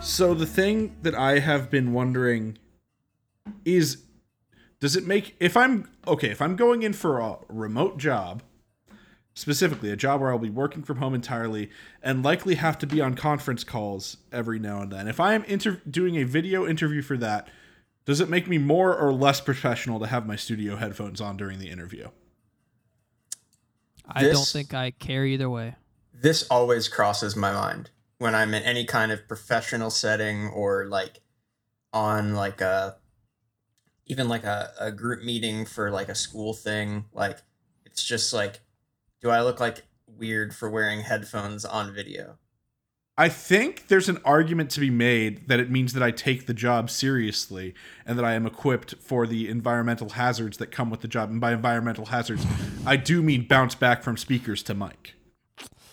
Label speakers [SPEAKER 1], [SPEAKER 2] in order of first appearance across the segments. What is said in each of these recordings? [SPEAKER 1] So the thing that I have been wondering is does it make if I'm okay, if I'm going in for a remote job, specifically a job where I'll be working from home entirely and likely have to be on conference calls every now and then. If I am inter- doing a video interview for that, does it make me more or less professional to have my studio headphones on during the interview?
[SPEAKER 2] I don't
[SPEAKER 3] This-
[SPEAKER 2] think I care either way.
[SPEAKER 3] This always crosses my mind when I'm in any kind of professional setting or like on like a even like a, a group meeting for like a school thing. Like it's just like, do I look like weird for wearing headphones on video?
[SPEAKER 1] I think there's an argument to be made that it means that I take the job seriously and that I am equipped for the environmental hazards that come with the job. And by environmental hazards, I do mean bounce back from speakers to mic.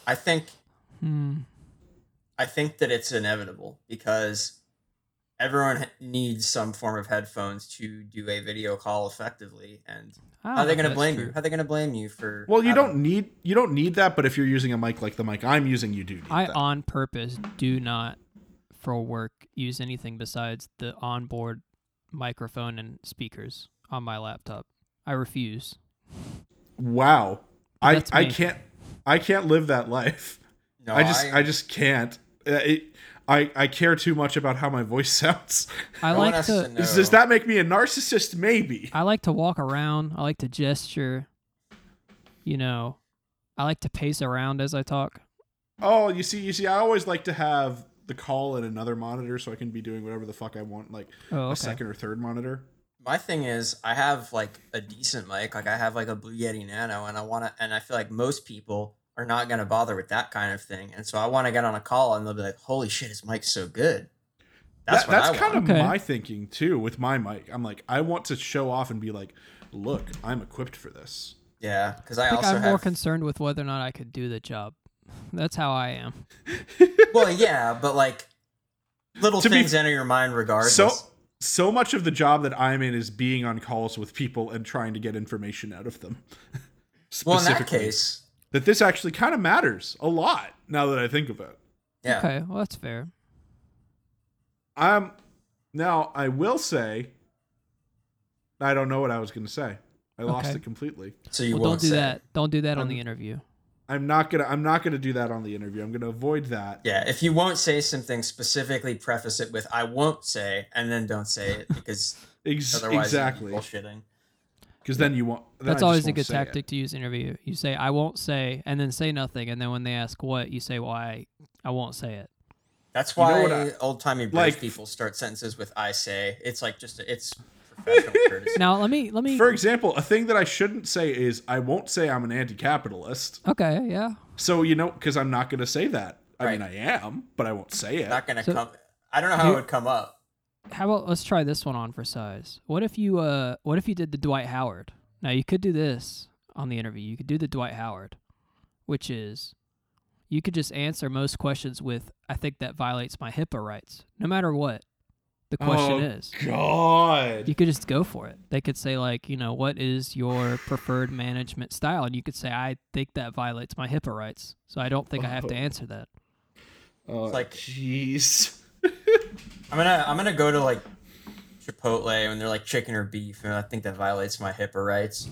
[SPEAKER 3] I think
[SPEAKER 2] Hmm.
[SPEAKER 3] I think that it's inevitable because everyone h- needs some form of headphones to do a video call effectively. And
[SPEAKER 2] I
[SPEAKER 3] how
[SPEAKER 2] don't
[SPEAKER 3] are
[SPEAKER 2] know
[SPEAKER 3] they
[SPEAKER 2] if
[SPEAKER 3] going to
[SPEAKER 2] Oh, that's
[SPEAKER 3] blame
[SPEAKER 2] true.
[SPEAKER 3] you? How are they going to blame you for?
[SPEAKER 1] Well, you
[SPEAKER 3] having-
[SPEAKER 1] don't need you don't need that, but if you're using a mic like the mic I'm using, you do need
[SPEAKER 2] I uh,
[SPEAKER 1] that.
[SPEAKER 2] on purpose do not for work use anything besides the onboard microphone and speakers on my laptop. I refuse.
[SPEAKER 1] wow. I,
[SPEAKER 2] That's
[SPEAKER 1] I
[SPEAKER 2] me.
[SPEAKER 1] can't I can't live that life.
[SPEAKER 3] No,
[SPEAKER 1] I just I, just can't. Uh, It, I I care too much about how my voice sounds.
[SPEAKER 2] I
[SPEAKER 3] no one
[SPEAKER 2] like
[SPEAKER 3] has
[SPEAKER 2] to
[SPEAKER 3] know.
[SPEAKER 1] Does- Does that make me a narcissist? Maybe.
[SPEAKER 2] I like to walk around. I like to gesture. You know, I like to pace around as I talk.
[SPEAKER 1] Oh, you see, you see, I always like to have the call in another monitor so I can be doing whatever the fuck I want, like
[SPEAKER 2] Oh,
[SPEAKER 1] a
[SPEAKER 2] okay.
[SPEAKER 1] second or third monitor.
[SPEAKER 3] My thing is, I have like a decent mic. Like I have like a Blue Yeti Nano, and I want to. And I feel like most people are not going to bother with that kind of thing. And so I want to get on a call, and they'll be like, "Holy shit, his mic's so good." That's
[SPEAKER 1] That-
[SPEAKER 3] what
[SPEAKER 1] that's
[SPEAKER 3] I
[SPEAKER 1] kind
[SPEAKER 3] want.
[SPEAKER 1] of
[SPEAKER 2] Okay.
[SPEAKER 1] my thinking too with my mic. I'm like, I want to show off and be like, look, I'm equipped for this.
[SPEAKER 3] Yeah, because I,
[SPEAKER 2] I think
[SPEAKER 3] also
[SPEAKER 2] I'm more
[SPEAKER 3] have.
[SPEAKER 2] concerned with whether or not I could do the job. That's how I am.
[SPEAKER 3] well, yeah, but like little
[SPEAKER 1] To be-
[SPEAKER 3] things enter your mind regardless.
[SPEAKER 1] So, so much of the job that I'm in is being on calls with people and trying to get information out of them.
[SPEAKER 3] well, in that
[SPEAKER 1] Specifically.
[SPEAKER 3] case,
[SPEAKER 1] that this actually kind of matters a lot now that I think of it.
[SPEAKER 3] yeah.
[SPEAKER 2] Okay, well that's fair.
[SPEAKER 1] Um, now I will say, I don't know what I was going to say. I lost
[SPEAKER 2] Okay.
[SPEAKER 1] it completely.
[SPEAKER 3] So you
[SPEAKER 2] well, don't
[SPEAKER 3] won't
[SPEAKER 2] do
[SPEAKER 3] say.
[SPEAKER 2] that. Don't do that on
[SPEAKER 1] I'm-
[SPEAKER 2] the interview.
[SPEAKER 1] I'm not gonna. I'm not gonna do that on the interview. I'm gonna avoid that.
[SPEAKER 3] Yeah, if you won't say something, specifically preface it with "I won't say," and then don't say it because
[SPEAKER 1] Ex-
[SPEAKER 3] otherwise
[SPEAKER 1] exactly.
[SPEAKER 3] you're bullshitting.
[SPEAKER 1] Because then you won't. then I
[SPEAKER 2] That's
[SPEAKER 1] just
[SPEAKER 2] always a
[SPEAKER 1] won't
[SPEAKER 2] good
[SPEAKER 1] say it.
[SPEAKER 2] tactic to use in interview. You say I won't say, and then say nothing, and then when they ask what, you say why I won't say it.
[SPEAKER 3] That's
[SPEAKER 1] You know
[SPEAKER 3] why
[SPEAKER 1] what I-
[SPEAKER 3] old timey British
[SPEAKER 1] like-
[SPEAKER 3] people start sentences with "I say." It's like just a, it's professional courtesy.
[SPEAKER 2] Now let me let me.
[SPEAKER 1] For example, a thing that I shouldn't say is I won't say I'm an anti-capitalist.
[SPEAKER 2] okay, yeah.
[SPEAKER 1] So you know, because I'm not gonna say that. I mean, I
[SPEAKER 3] Right.
[SPEAKER 1] am, but I won't say it.
[SPEAKER 3] Not gonna
[SPEAKER 2] So-
[SPEAKER 3] come. I don't know how
[SPEAKER 2] You-
[SPEAKER 3] it would come up.
[SPEAKER 2] How about let's try this one on for size. What if you uh what if you did the Dwight Howard? Now you could do this on the interview. You could do the Dwight Howard, which is you could just answer most questions with I think that violates my HIPAA rights, no matter what the question
[SPEAKER 1] Oh,
[SPEAKER 2] is.
[SPEAKER 1] God.
[SPEAKER 2] You could just go for it. They could say like, you know, what is your preferred management style? And you could say I think that violates my HIPAA rights. So I don't think I have to answer that.
[SPEAKER 1] oh,
[SPEAKER 3] It's like-
[SPEAKER 1] jeez.
[SPEAKER 3] I'm gonna I'm gonna go to like Chipotle when they're like chicken or beef, and I think that violates my HIPAA rights.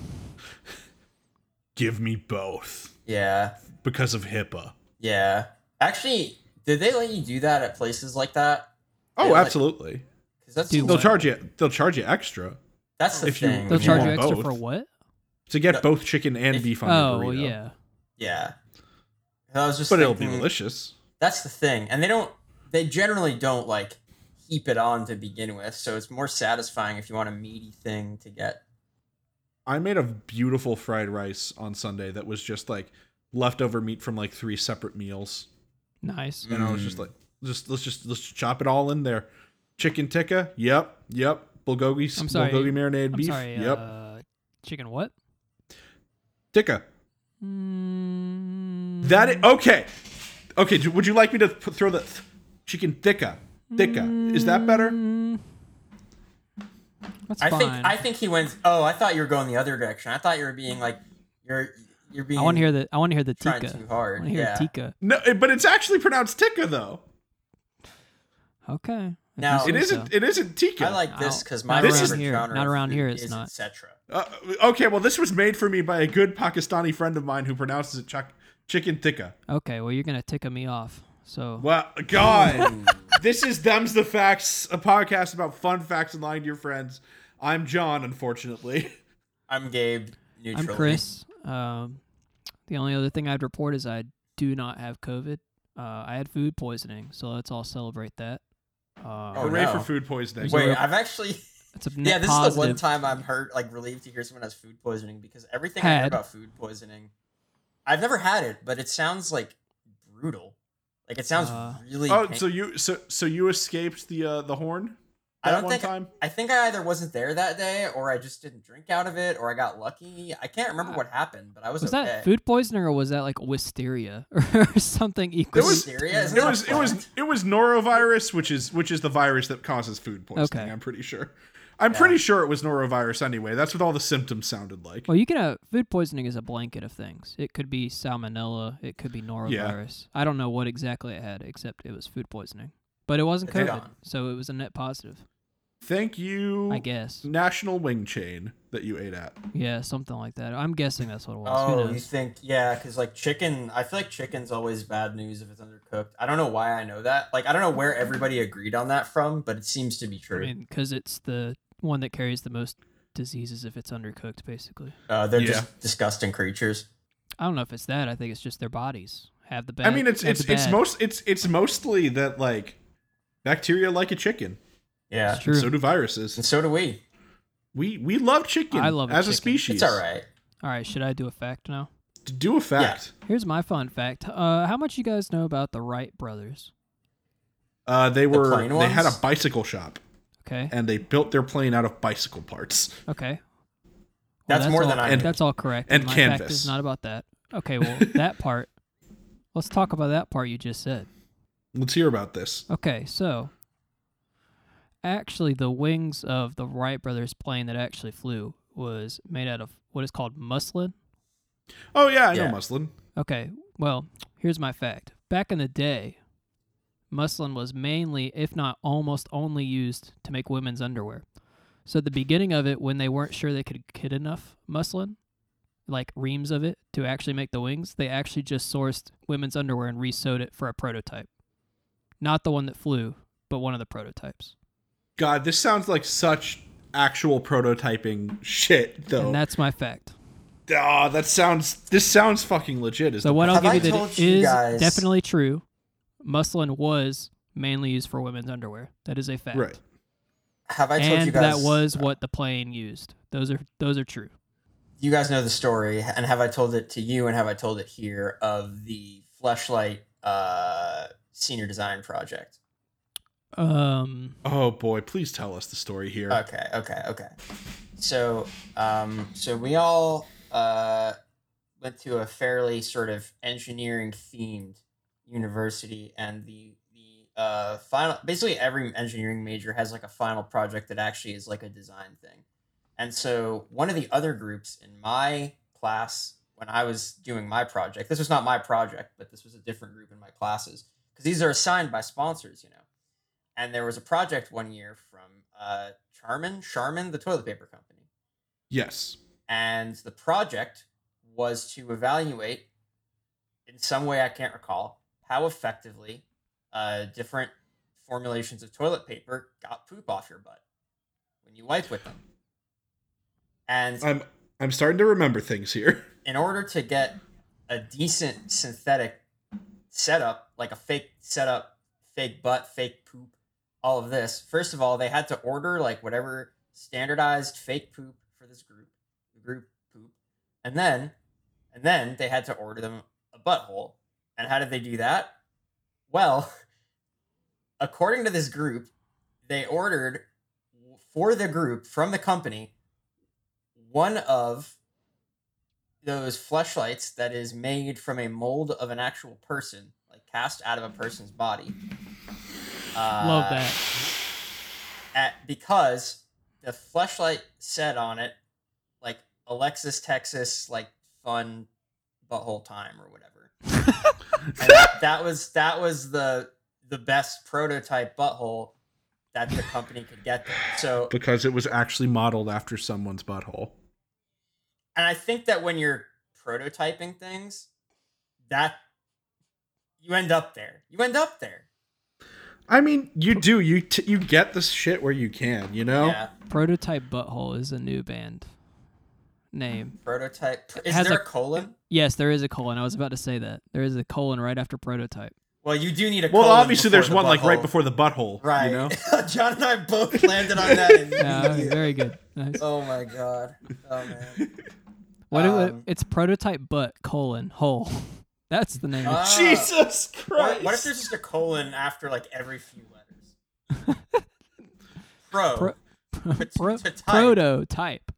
[SPEAKER 1] Give me both
[SPEAKER 3] Yeah,
[SPEAKER 1] because of HIPAA.
[SPEAKER 3] yeah. Actually, did they let you do that at places like that?
[SPEAKER 1] Oh,
[SPEAKER 3] Yeah, like-
[SPEAKER 1] absolutely.
[SPEAKER 3] 'Cause that's
[SPEAKER 2] Dude,
[SPEAKER 1] they'll
[SPEAKER 2] what?
[SPEAKER 1] charge you. They'll charge you extra
[SPEAKER 3] that's the
[SPEAKER 1] if you-
[SPEAKER 3] thing.
[SPEAKER 2] They'll charge
[SPEAKER 3] yeah.
[SPEAKER 1] want
[SPEAKER 2] you extra
[SPEAKER 1] both.
[SPEAKER 2] for what?
[SPEAKER 1] to get
[SPEAKER 3] No.
[SPEAKER 1] both chicken and
[SPEAKER 3] If-
[SPEAKER 1] beef on
[SPEAKER 2] Oh
[SPEAKER 1] your
[SPEAKER 2] well,
[SPEAKER 1] burrito.
[SPEAKER 2] yeah.
[SPEAKER 3] Yeah. I was just
[SPEAKER 1] but it'll be
[SPEAKER 3] thinking-
[SPEAKER 1] delicious.
[SPEAKER 3] That's the thing. And they don't they generally don't like heap it on to begin with, so it's more satisfying if you want a meaty thing to get.
[SPEAKER 1] I made a beautiful fried rice on Sunday that was just like leftover meat from like three separate meals,
[SPEAKER 2] Nice.
[SPEAKER 1] and I was
[SPEAKER 3] Mm.
[SPEAKER 1] just like, just let's just let's chop it all in there. Chicken tikka, yep, yep. Bulgogi, s-
[SPEAKER 2] I'm sorry,
[SPEAKER 1] bulgogi marinated
[SPEAKER 2] I'm
[SPEAKER 1] beef,
[SPEAKER 2] sorry.
[SPEAKER 1] yep.
[SPEAKER 2] Uh, chicken what?
[SPEAKER 1] tikka.
[SPEAKER 2] Mm,
[SPEAKER 1] That i- okay, okay. d- Would you like me to p- throw the th- chicken tikka? Tikka is that better?
[SPEAKER 2] that's
[SPEAKER 3] I
[SPEAKER 2] fine.
[SPEAKER 3] think I think he went oh, I thought you were going the other direction. I thought you were being like you're you're being
[SPEAKER 2] I want to hear the I want to hear the
[SPEAKER 3] trying
[SPEAKER 2] tika.
[SPEAKER 3] too
[SPEAKER 2] I
[SPEAKER 3] hard.
[SPEAKER 2] want to hear
[SPEAKER 3] yeah.
[SPEAKER 2] tika.
[SPEAKER 1] No, it- but it's actually pronounced tikka though.
[SPEAKER 2] Okay. If
[SPEAKER 3] Now-
[SPEAKER 1] It
[SPEAKER 2] you say
[SPEAKER 1] isn't.
[SPEAKER 2] so.
[SPEAKER 1] It isn't Tika.
[SPEAKER 3] I like this
[SPEAKER 2] Ow.
[SPEAKER 3] because my
[SPEAKER 2] Not
[SPEAKER 1] around
[SPEAKER 3] favorite
[SPEAKER 2] here.
[SPEAKER 3] genre
[SPEAKER 2] Not
[SPEAKER 3] of
[SPEAKER 2] around
[SPEAKER 3] food
[SPEAKER 2] here, it's
[SPEAKER 3] is
[SPEAKER 2] not.
[SPEAKER 3] etc.
[SPEAKER 1] Uh, okay, well, this was made for me by a good Pakistani friend of mine who pronounces it chuck, chicken tikka.
[SPEAKER 2] Okay. Well, you're gonna tick me off. So
[SPEAKER 1] Well, God, this is Them's the Facts, a podcast about fun facts and lying to your friends. I'm John, unfortunately.
[SPEAKER 3] I'm Gabe.
[SPEAKER 2] I'm
[SPEAKER 3] Neutral.
[SPEAKER 2] Chris. Um, the only other thing I'd report is I do not have COVID. Uh, I had food poisoning, so let's all celebrate that. Uh,
[SPEAKER 3] Oh,
[SPEAKER 1] Hooray
[SPEAKER 3] no.
[SPEAKER 1] for food poisoning.
[SPEAKER 2] There's
[SPEAKER 3] Wait,
[SPEAKER 2] real-
[SPEAKER 3] I've actually
[SPEAKER 2] It's a
[SPEAKER 3] yeah.
[SPEAKER 2] net
[SPEAKER 3] This is the one
[SPEAKER 2] positive.
[SPEAKER 3] time I'm hurt like relieved to hear someone has food poisoning because everything I hear
[SPEAKER 2] Had.
[SPEAKER 3] about food poisoning, I've never had it, but it sounds like brutal. Like it sounds
[SPEAKER 2] Uh,
[SPEAKER 3] really.
[SPEAKER 1] Oh,
[SPEAKER 3] pain-
[SPEAKER 1] so you so so you escaped the uh, the horn?
[SPEAKER 3] I
[SPEAKER 1] that
[SPEAKER 3] don't
[SPEAKER 1] one
[SPEAKER 3] think
[SPEAKER 1] time?
[SPEAKER 3] I think I either wasn't there that day, or I just didn't drink out of it, or I got lucky. I can't remember what happened, but I was,
[SPEAKER 2] Ah. Was
[SPEAKER 3] okay.
[SPEAKER 2] that food poisoning or was that like wisteria or something equal?
[SPEAKER 1] It was-
[SPEAKER 3] Wisteria? Isn't
[SPEAKER 1] It
[SPEAKER 3] that
[SPEAKER 1] was it was it was norovirus, which is which is the virus that causes food poisoning.
[SPEAKER 2] Okay.
[SPEAKER 1] I'm pretty sure. I'm
[SPEAKER 3] Yeah.
[SPEAKER 1] pretty sure it was norovirus anyway. That's what all the symptoms sounded like.
[SPEAKER 2] Well, you can have food poisoning is a blanket of things. It could be salmonella. It could be norovirus. I don't know what exactly it had, except it was food poisoning. But it wasn't
[SPEAKER 3] It's
[SPEAKER 2] COVID,
[SPEAKER 3] gone.
[SPEAKER 2] so it was a net positive,
[SPEAKER 1] Thank you,
[SPEAKER 2] I guess.
[SPEAKER 1] National Wing Chain that you ate at.
[SPEAKER 2] Yeah, something like that. I'm guessing that's what it was. Who
[SPEAKER 3] Oh, you
[SPEAKER 2] knows?
[SPEAKER 3] think yeah? Because like chicken, I feel like chicken's always bad news if it's undercooked. I don't know why I know that. Like I don't know where everybody agreed on that from, but it seems to be
[SPEAKER 2] I
[SPEAKER 3] true.
[SPEAKER 2] mean, because it's the one that carries the most diseases if it's undercooked, basically.
[SPEAKER 3] uh, they're
[SPEAKER 1] Yeah.
[SPEAKER 3] just disgusting creatures.
[SPEAKER 2] I don't know if it's that. I think it's just their bodies have the bad.
[SPEAKER 1] I mean, it's
[SPEAKER 2] have
[SPEAKER 1] it's
[SPEAKER 2] the
[SPEAKER 1] it's
[SPEAKER 2] bad.
[SPEAKER 1] most it's it's mostly that like bacteria like a chicken.
[SPEAKER 3] Yeah,
[SPEAKER 2] It's true.
[SPEAKER 1] So do viruses.
[SPEAKER 3] and so do we.
[SPEAKER 1] We we love chicken.
[SPEAKER 2] I love a
[SPEAKER 1] as a
[SPEAKER 2] chicken.
[SPEAKER 1] species.
[SPEAKER 3] It's all right.
[SPEAKER 2] All right, should I do a fact now?
[SPEAKER 1] To do a fact,
[SPEAKER 2] Here's my fun fact. Uh, how much you guys know about the Wright brothers?
[SPEAKER 1] uh, they were
[SPEAKER 3] plain
[SPEAKER 1] they had a
[SPEAKER 3] ones?
[SPEAKER 1] bicycle shop
[SPEAKER 2] Okay.
[SPEAKER 1] and they built their plane out of bicycle parts.
[SPEAKER 2] Okay. Well,
[SPEAKER 3] That's more
[SPEAKER 2] all-
[SPEAKER 3] than I
[SPEAKER 1] And-
[SPEAKER 3] knew.
[SPEAKER 2] That's all correct.
[SPEAKER 1] and
[SPEAKER 2] my fact
[SPEAKER 1] canvas.
[SPEAKER 2] is not about that. Okay, well, that part. Let's talk about that part you just said.
[SPEAKER 1] Let's hear about this.
[SPEAKER 2] Okay, so actually, the wings of the Wright brothers plane that actually flew was made out of what is called muslin.
[SPEAKER 1] Oh yeah, I know
[SPEAKER 3] Yeah.
[SPEAKER 1] muslin.
[SPEAKER 2] Okay, well, here's my fact. Back in the day, muslin was mainly, if not almost only, used to make women's underwear. So at the beginning of it, when they weren't sure they could get enough muslin, like reams of it, to actually make the wings, they actually just sourced women's underwear and resewed it for a prototype. Not the one that flew, but one of the prototypes.
[SPEAKER 1] God, this sounds like such actual prototyping shit though.
[SPEAKER 2] And
[SPEAKER 1] That,
[SPEAKER 2] that's my fact.
[SPEAKER 1] that sounds this sounds fucking legit. Is
[SPEAKER 2] So what I'll
[SPEAKER 3] Have
[SPEAKER 2] give
[SPEAKER 3] I
[SPEAKER 2] you that
[SPEAKER 3] told
[SPEAKER 2] it
[SPEAKER 3] you
[SPEAKER 2] is
[SPEAKER 3] guys-
[SPEAKER 2] definitely true. Muslin was mainly used for women's underwear. That is a fact.
[SPEAKER 1] Right.
[SPEAKER 3] Have I told
[SPEAKER 2] and
[SPEAKER 3] you guys
[SPEAKER 2] that was what the plane used. Those are those are true.
[SPEAKER 3] you guys know the story, and have I told it to you, and have I told it here of the fleshlight uh, senior design project?
[SPEAKER 2] Um,
[SPEAKER 1] Oh boy, please tell us the story here.
[SPEAKER 3] Okay, okay, okay. So, um, so we all uh, went to a fairly sort of engineering themed university, and the the uh, final basically every engineering major has like a final project that actually is like a design thing. And so, one of the other groups in my class, when I was doing my project, this was not my project, but this was a different group in my classes because these are assigned by sponsors, you know and there was a project one year from uh, Charmin, Charmin, the toilet paper company,
[SPEAKER 1] yes.
[SPEAKER 3] and the project was to evaluate, in some way I can't recall, how effectively uh, different formulations of toilet paper got poop off your butt when you wipe with them. And
[SPEAKER 1] I'm I'm starting to remember things here.
[SPEAKER 3] in order to get a decent synthetic setup, like a fake setup, fake butt, fake poop, all of this, first of all, they had to order like whatever standardized fake poop for this group, the group poop, and then, and then they had to order them a butthole. And how did they do that? Well, according to this group, they ordered for the group from the company one of those fleshlights that is made from a mold of an actual person, like cast out of a person's body. Uh,
[SPEAKER 2] love that.
[SPEAKER 3] at because the flashlight said on it like Alexis Texas like fun butthole time or whatever. and that, that was that was the the best prototype butthole that the company could get them. So,
[SPEAKER 1] because it was actually modeled after someone's butthole.
[SPEAKER 3] and I think that when you're prototyping things, that you end up there. You end up there.
[SPEAKER 1] I mean, you do you t- you get the shit where you can, you know.
[SPEAKER 3] Yeah.
[SPEAKER 2] Prototype Butthole is a new band name.
[SPEAKER 3] Prototype.
[SPEAKER 2] It
[SPEAKER 3] Is
[SPEAKER 2] has
[SPEAKER 3] there
[SPEAKER 2] a-
[SPEAKER 3] a colon?
[SPEAKER 2] Yes, there is a colon. I was about to say that. There is a colon right after prototype.
[SPEAKER 3] Well, you do need a
[SPEAKER 1] Well,
[SPEAKER 3] colon.
[SPEAKER 1] obviously,
[SPEAKER 3] before
[SPEAKER 1] there's
[SPEAKER 3] the
[SPEAKER 1] one like right
[SPEAKER 3] butthole.
[SPEAKER 1] before the butthole,
[SPEAKER 3] Right.
[SPEAKER 1] You know,
[SPEAKER 3] John and I both landed on that.
[SPEAKER 2] Yeah,
[SPEAKER 3] immediately.
[SPEAKER 2] very good. Nice.
[SPEAKER 3] Oh my god. Oh man.
[SPEAKER 2] What if it-
[SPEAKER 3] um,
[SPEAKER 2] it's prototype butt colon hole? That's the name.
[SPEAKER 3] Ah,
[SPEAKER 1] Jesus
[SPEAKER 3] What,
[SPEAKER 1] Christ!
[SPEAKER 3] what if there's just a colon after like every few letters? Pro.
[SPEAKER 2] Pro-
[SPEAKER 3] But
[SPEAKER 2] Pro-
[SPEAKER 3] to type.
[SPEAKER 2] prototype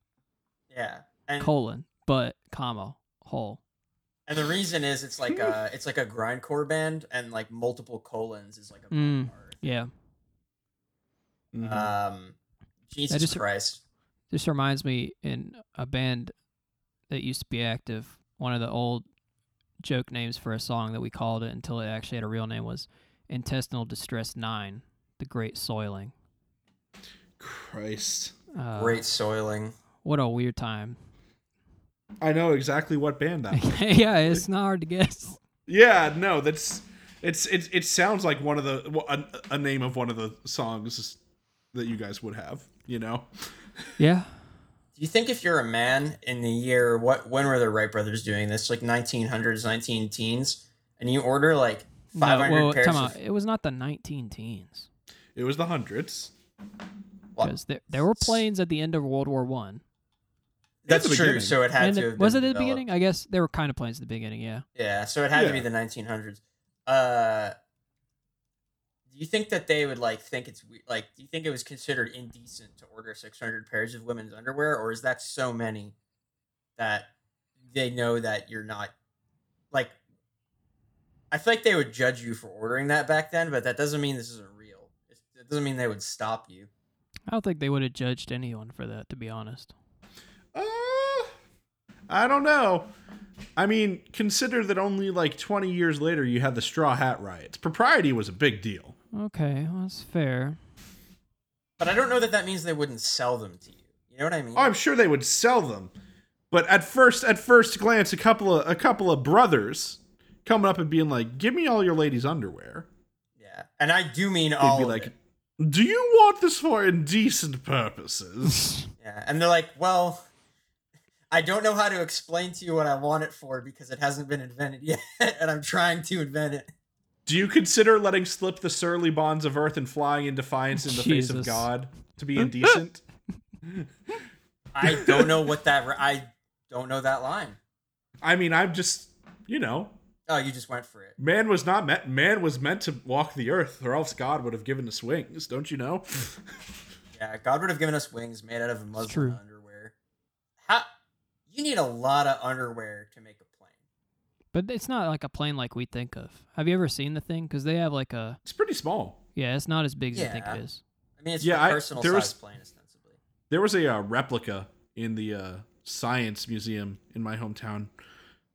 [SPEAKER 3] yeah. And
[SPEAKER 2] colon butt comma hole.
[SPEAKER 3] and the reason is it's like a it's like a grindcore band and like multiple colons is like a
[SPEAKER 2] Mm.
[SPEAKER 3] bar.
[SPEAKER 2] Yeah.
[SPEAKER 1] Mhm.
[SPEAKER 3] Um Jesus
[SPEAKER 2] just-
[SPEAKER 3] Christ.
[SPEAKER 2] This reminds me in a band that used to be active, one of the old joke names for a song that we called it until it actually had a real name was Intestinal Distress 9, The Great Soiling.
[SPEAKER 1] Christ!
[SPEAKER 2] Uh,
[SPEAKER 3] Great soiling.
[SPEAKER 2] What a weird time.
[SPEAKER 1] I know exactly what band that. was.
[SPEAKER 2] yeah, it's not hard to guess.
[SPEAKER 1] yeah, no, that's it's it. It sounds like one of the a, a name of one of the songs that you guys would have. You know,
[SPEAKER 2] Yeah.
[SPEAKER 3] Do you think if you're a man in the year what when were the Wright brothers doing this? Like 1900s, 19 teens, and you order like
[SPEAKER 2] No,
[SPEAKER 3] 500
[SPEAKER 2] well,
[SPEAKER 3] pairs
[SPEAKER 2] time
[SPEAKER 3] of
[SPEAKER 2] out. It was not the 19 teens.
[SPEAKER 1] it was the hundreds.
[SPEAKER 3] Well,
[SPEAKER 2] Because there, there were planes at the end of World War One.
[SPEAKER 3] That's
[SPEAKER 1] the
[SPEAKER 3] true.
[SPEAKER 1] beginning.
[SPEAKER 3] So it had
[SPEAKER 2] And
[SPEAKER 3] to.
[SPEAKER 2] it-
[SPEAKER 3] have
[SPEAKER 2] was it at
[SPEAKER 3] been
[SPEAKER 2] the
[SPEAKER 3] developed.
[SPEAKER 2] beginning? I guess there were kind of planes at the beginning, yeah.
[SPEAKER 3] Yeah. So it had to be
[SPEAKER 1] Yeah.
[SPEAKER 3] the 1900s. Uh, do you think that they would like think it's we- like? Do you think it was considered indecent to order 600 pairs of women's underwear, or is that so many that they know that you're not like? I feel like they would judge you for ordering that back then, but that doesn't mean this isn't real. It's- It doesn't mean they would stop you.
[SPEAKER 2] I don't think they would have judged anyone for that, to be honest.
[SPEAKER 1] Uh, I don't know. I mean, consider that only like 20 years later you had the Straw Hat riots. Propriety was a big deal.
[SPEAKER 2] Okay, well, that's fair.
[SPEAKER 3] But I don't know that that means they wouldn't sell them to you. You know what I mean?
[SPEAKER 1] Oh, I'm sure they would sell them, but at first, at first glance, a couple of a couple of brothers coming up and being like, "Give me all your ladies' underwear."
[SPEAKER 3] yeah, and I do mean
[SPEAKER 1] They'd
[SPEAKER 3] all.
[SPEAKER 1] be
[SPEAKER 3] of
[SPEAKER 1] like,
[SPEAKER 3] it.
[SPEAKER 1] "Do you want this for indecent purposes?"
[SPEAKER 3] Yeah, and they're like, "Well, I don't know how to explain to you what I want it for because it hasn't been invented yet, and I'm trying to invent it."
[SPEAKER 1] Do you consider letting slip the surly bonds of earth and flying in defiance in the face of
[SPEAKER 2] Jesus.
[SPEAKER 1] God to be indecent?
[SPEAKER 3] I don't know what that. Re- I don't know that line.
[SPEAKER 1] I mean, I'm just, you know,
[SPEAKER 3] Oh, you just went for it.
[SPEAKER 1] Man was not meant. Man was meant to walk the earth, or else God would have given us wings. Don't you know?
[SPEAKER 3] Yeah, God would have given us wings made out of Muslim
[SPEAKER 2] true.
[SPEAKER 3] underwear. How? You need a lot of underwear to make a plane.
[SPEAKER 2] But it's not like a plane like we think of. Have you ever seen the thing? Because they have like a
[SPEAKER 1] It's pretty small.
[SPEAKER 2] yeah, it's not as big as you think
[SPEAKER 3] Yeah.
[SPEAKER 2] it is.
[SPEAKER 3] I mean, it's
[SPEAKER 1] Yeah,
[SPEAKER 3] a
[SPEAKER 1] I-
[SPEAKER 3] personal
[SPEAKER 1] there
[SPEAKER 3] size
[SPEAKER 1] was-
[SPEAKER 3] plane, ostensibly.
[SPEAKER 1] There was a uh, replica in the uh, science museum in my hometown.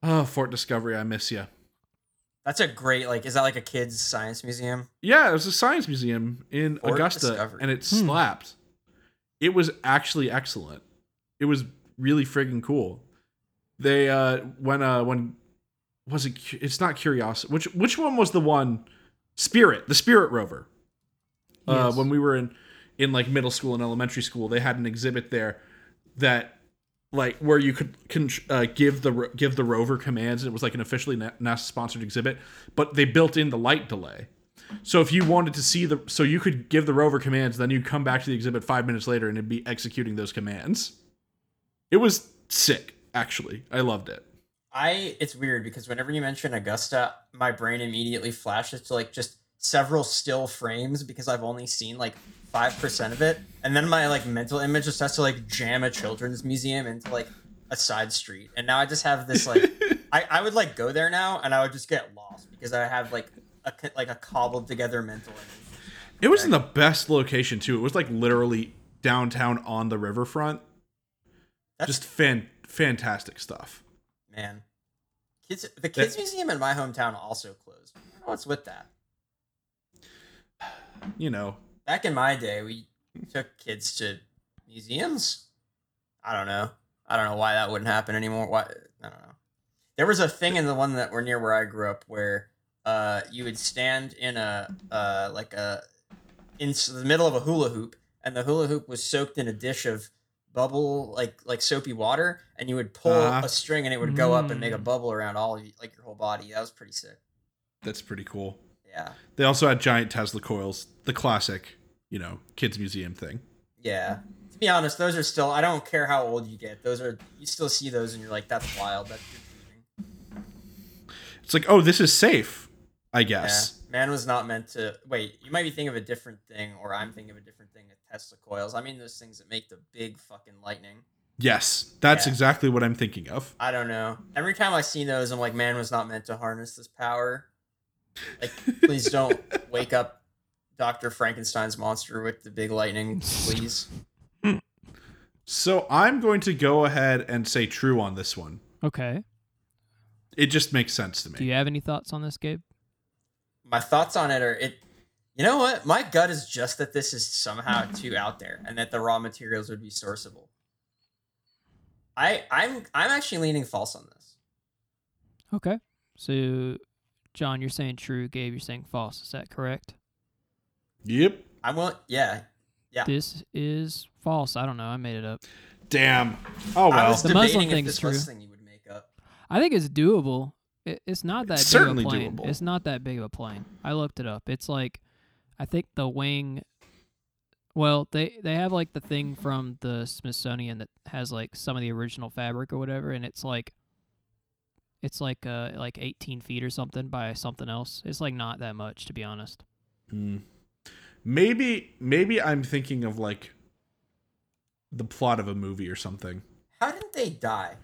[SPEAKER 1] Oh, Fort Discovery, I miss you.
[SPEAKER 3] That's a great like. Is that like a kids' science museum?
[SPEAKER 1] Yeah, it was a science museum in
[SPEAKER 3] Fort
[SPEAKER 1] Augusta,
[SPEAKER 3] Discovery.
[SPEAKER 1] and it
[SPEAKER 2] Hmm.
[SPEAKER 1] slapped. It was actually excellent. It was really friggin' cool. They uh when uh when was it? Cu- It's not Curiosity. Which which one was the one? Spirit, the Spirit rover. Uh,
[SPEAKER 2] Yes.
[SPEAKER 1] when we were in in like middle school and elementary school, they had an exhibit there that like where you could con- uh, give the ro- give the rover commands. It was like an officially Na- NASA sponsored exhibit, but they built in the light delay. So if you wanted to see the, so you could give the rover commands, then you come back to the exhibit five minutes later and it'd be executing those commands. It was sick, actually. I loved it.
[SPEAKER 3] I it's weird because whenever you mention Augusta, my brain immediately flashes to like just several still frames because I've only seen like five percent of it, and then my like mental image just has to like jam a children's museum into like a side street, and now I just have this like I I would like go there now, and I would just get lost because I have like a co- like a cobbled together mental image.
[SPEAKER 1] It was in the best location too. It was like literally downtown on the riverfront.
[SPEAKER 3] That's
[SPEAKER 1] Just fan fantastic stuff.
[SPEAKER 3] man, kids. The kids museum in my hometown also closed. I don't know what's with that.
[SPEAKER 1] you know,
[SPEAKER 3] Back in my day, we took kids to museums. I don't know. I don't know why that wouldn't happen anymore. Why I don't know. There was a thing in the one that were near where I grew up where uh, you would stand in a uh, like a in s- the middle of a hula hoop, and the hula hoop was soaked in a dish of bubble like like soapy water, and you would pull
[SPEAKER 1] Uh-huh.
[SPEAKER 3] a string, and it would go up and make a
[SPEAKER 2] Mm.
[SPEAKER 3] bubble around all of you, like your whole body. That was pretty sick.
[SPEAKER 1] that's pretty cool.
[SPEAKER 3] Yeah,
[SPEAKER 1] They also had giant Tesla coils, the classic, you know, kids museum thing.
[SPEAKER 3] yeah. To be honest, those are still. I don't care how old you get. Those are you still see those, and you're like, that's wild. That's good feeling.
[SPEAKER 1] It's like, oh, this is safe, I guess.
[SPEAKER 3] Yeah. Man was not meant to wait, you might be thinking of a different thing, or I'm thinking of a different thing with Tesla coils. I mean those things that make the big fucking lightning.
[SPEAKER 1] Yes, that's
[SPEAKER 3] Yeah.
[SPEAKER 1] exactly what I'm thinking of.
[SPEAKER 3] I don't know. Every time I see those, I'm like, man was not meant to harness this power. Like, please don't wake up Dr. Frankenstein's monster with the big lightning, please.
[SPEAKER 1] So I'm going to go ahead and say true on this one.
[SPEAKER 2] Okay.
[SPEAKER 1] It just makes sense to me.
[SPEAKER 2] Do you have any thoughts on this, Gabe?
[SPEAKER 3] My thoughts on it are it you know what? My gut is just that this is somehow too out there and that the raw materials would be sourceable. I I'm I'm actually leaning false on this.
[SPEAKER 2] Okay. So, John, you're saying true. Gabe, you're saying false. Is that correct?
[SPEAKER 1] Yep.
[SPEAKER 3] I will. Yeah, Yeah.
[SPEAKER 2] This is false. I don't know. I made it up.
[SPEAKER 1] Damn. Oh
[SPEAKER 3] I
[SPEAKER 1] well.
[SPEAKER 3] was
[SPEAKER 2] The
[SPEAKER 3] debating
[SPEAKER 2] Muslim
[SPEAKER 3] if
[SPEAKER 2] thing
[SPEAKER 3] this
[SPEAKER 2] is
[SPEAKER 3] was
[SPEAKER 2] true.
[SPEAKER 3] thing you would make up.
[SPEAKER 2] I think it's doable. It, it's not that
[SPEAKER 1] It's
[SPEAKER 2] big
[SPEAKER 1] certainly
[SPEAKER 2] of a plane.
[SPEAKER 1] doable.
[SPEAKER 2] It's not that big of a plane. I looked it up. It's like, I think the wing. Well, they they have like the thing from the Smithsonian that has like some of the original fabric or whatever, and it's like, it's like uh like 18 feet or something by something else. It's like not that much to be honest.
[SPEAKER 1] Hmm. Maybe maybe I'm thinking of like the plot of a movie or something.
[SPEAKER 3] How didn't they die?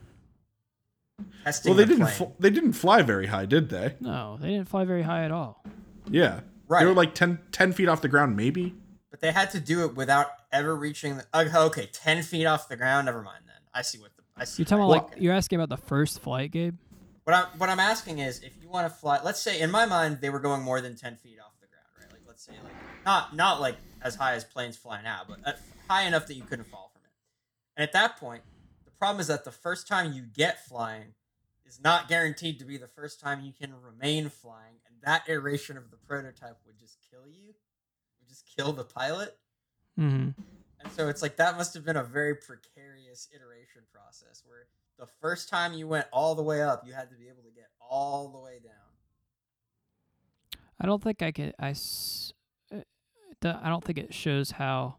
[SPEAKER 3] Testing
[SPEAKER 1] Well, they
[SPEAKER 3] the
[SPEAKER 1] didn't
[SPEAKER 3] plane.
[SPEAKER 1] fl- they didn't fly very high, did they?
[SPEAKER 2] No, they didn't fly very high at all.
[SPEAKER 1] Yeah.
[SPEAKER 3] right,
[SPEAKER 1] They were like 10, 10 feet off the ground, maybe.
[SPEAKER 3] but they had to do it without ever reaching. The, uh, okay, ten feet off the ground. Never mind then. I see what the. I see.
[SPEAKER 2] You're talking about
[SPEAKER 3] what-
[SPEAKER 2] like you're asking about the first flight, Gabe.
[SPEAKER 3] What I'm what I'm asking is if you want to fly. Let's say in my mind they were going more than ten feet off the ground, right? Like let's say like not not like as high as planes fly now, but uh, high enough that you couldn't fall from it. And at that point, the problem is that the first time you get flying is not guaranteed to be the first time you can remain flying, and that iteration of the prototype would just kill you. Would just kill the pilot.
[SPEAKER 2] Mm-hmm.
[SPEAKER 3] And so it's like that must have been a very precarious iteration process where the first time you went all the way up, you had to be able to get all the way down.
[SPEAKER 2] I don't think I can. I, s- uh, the- I don't think it shows how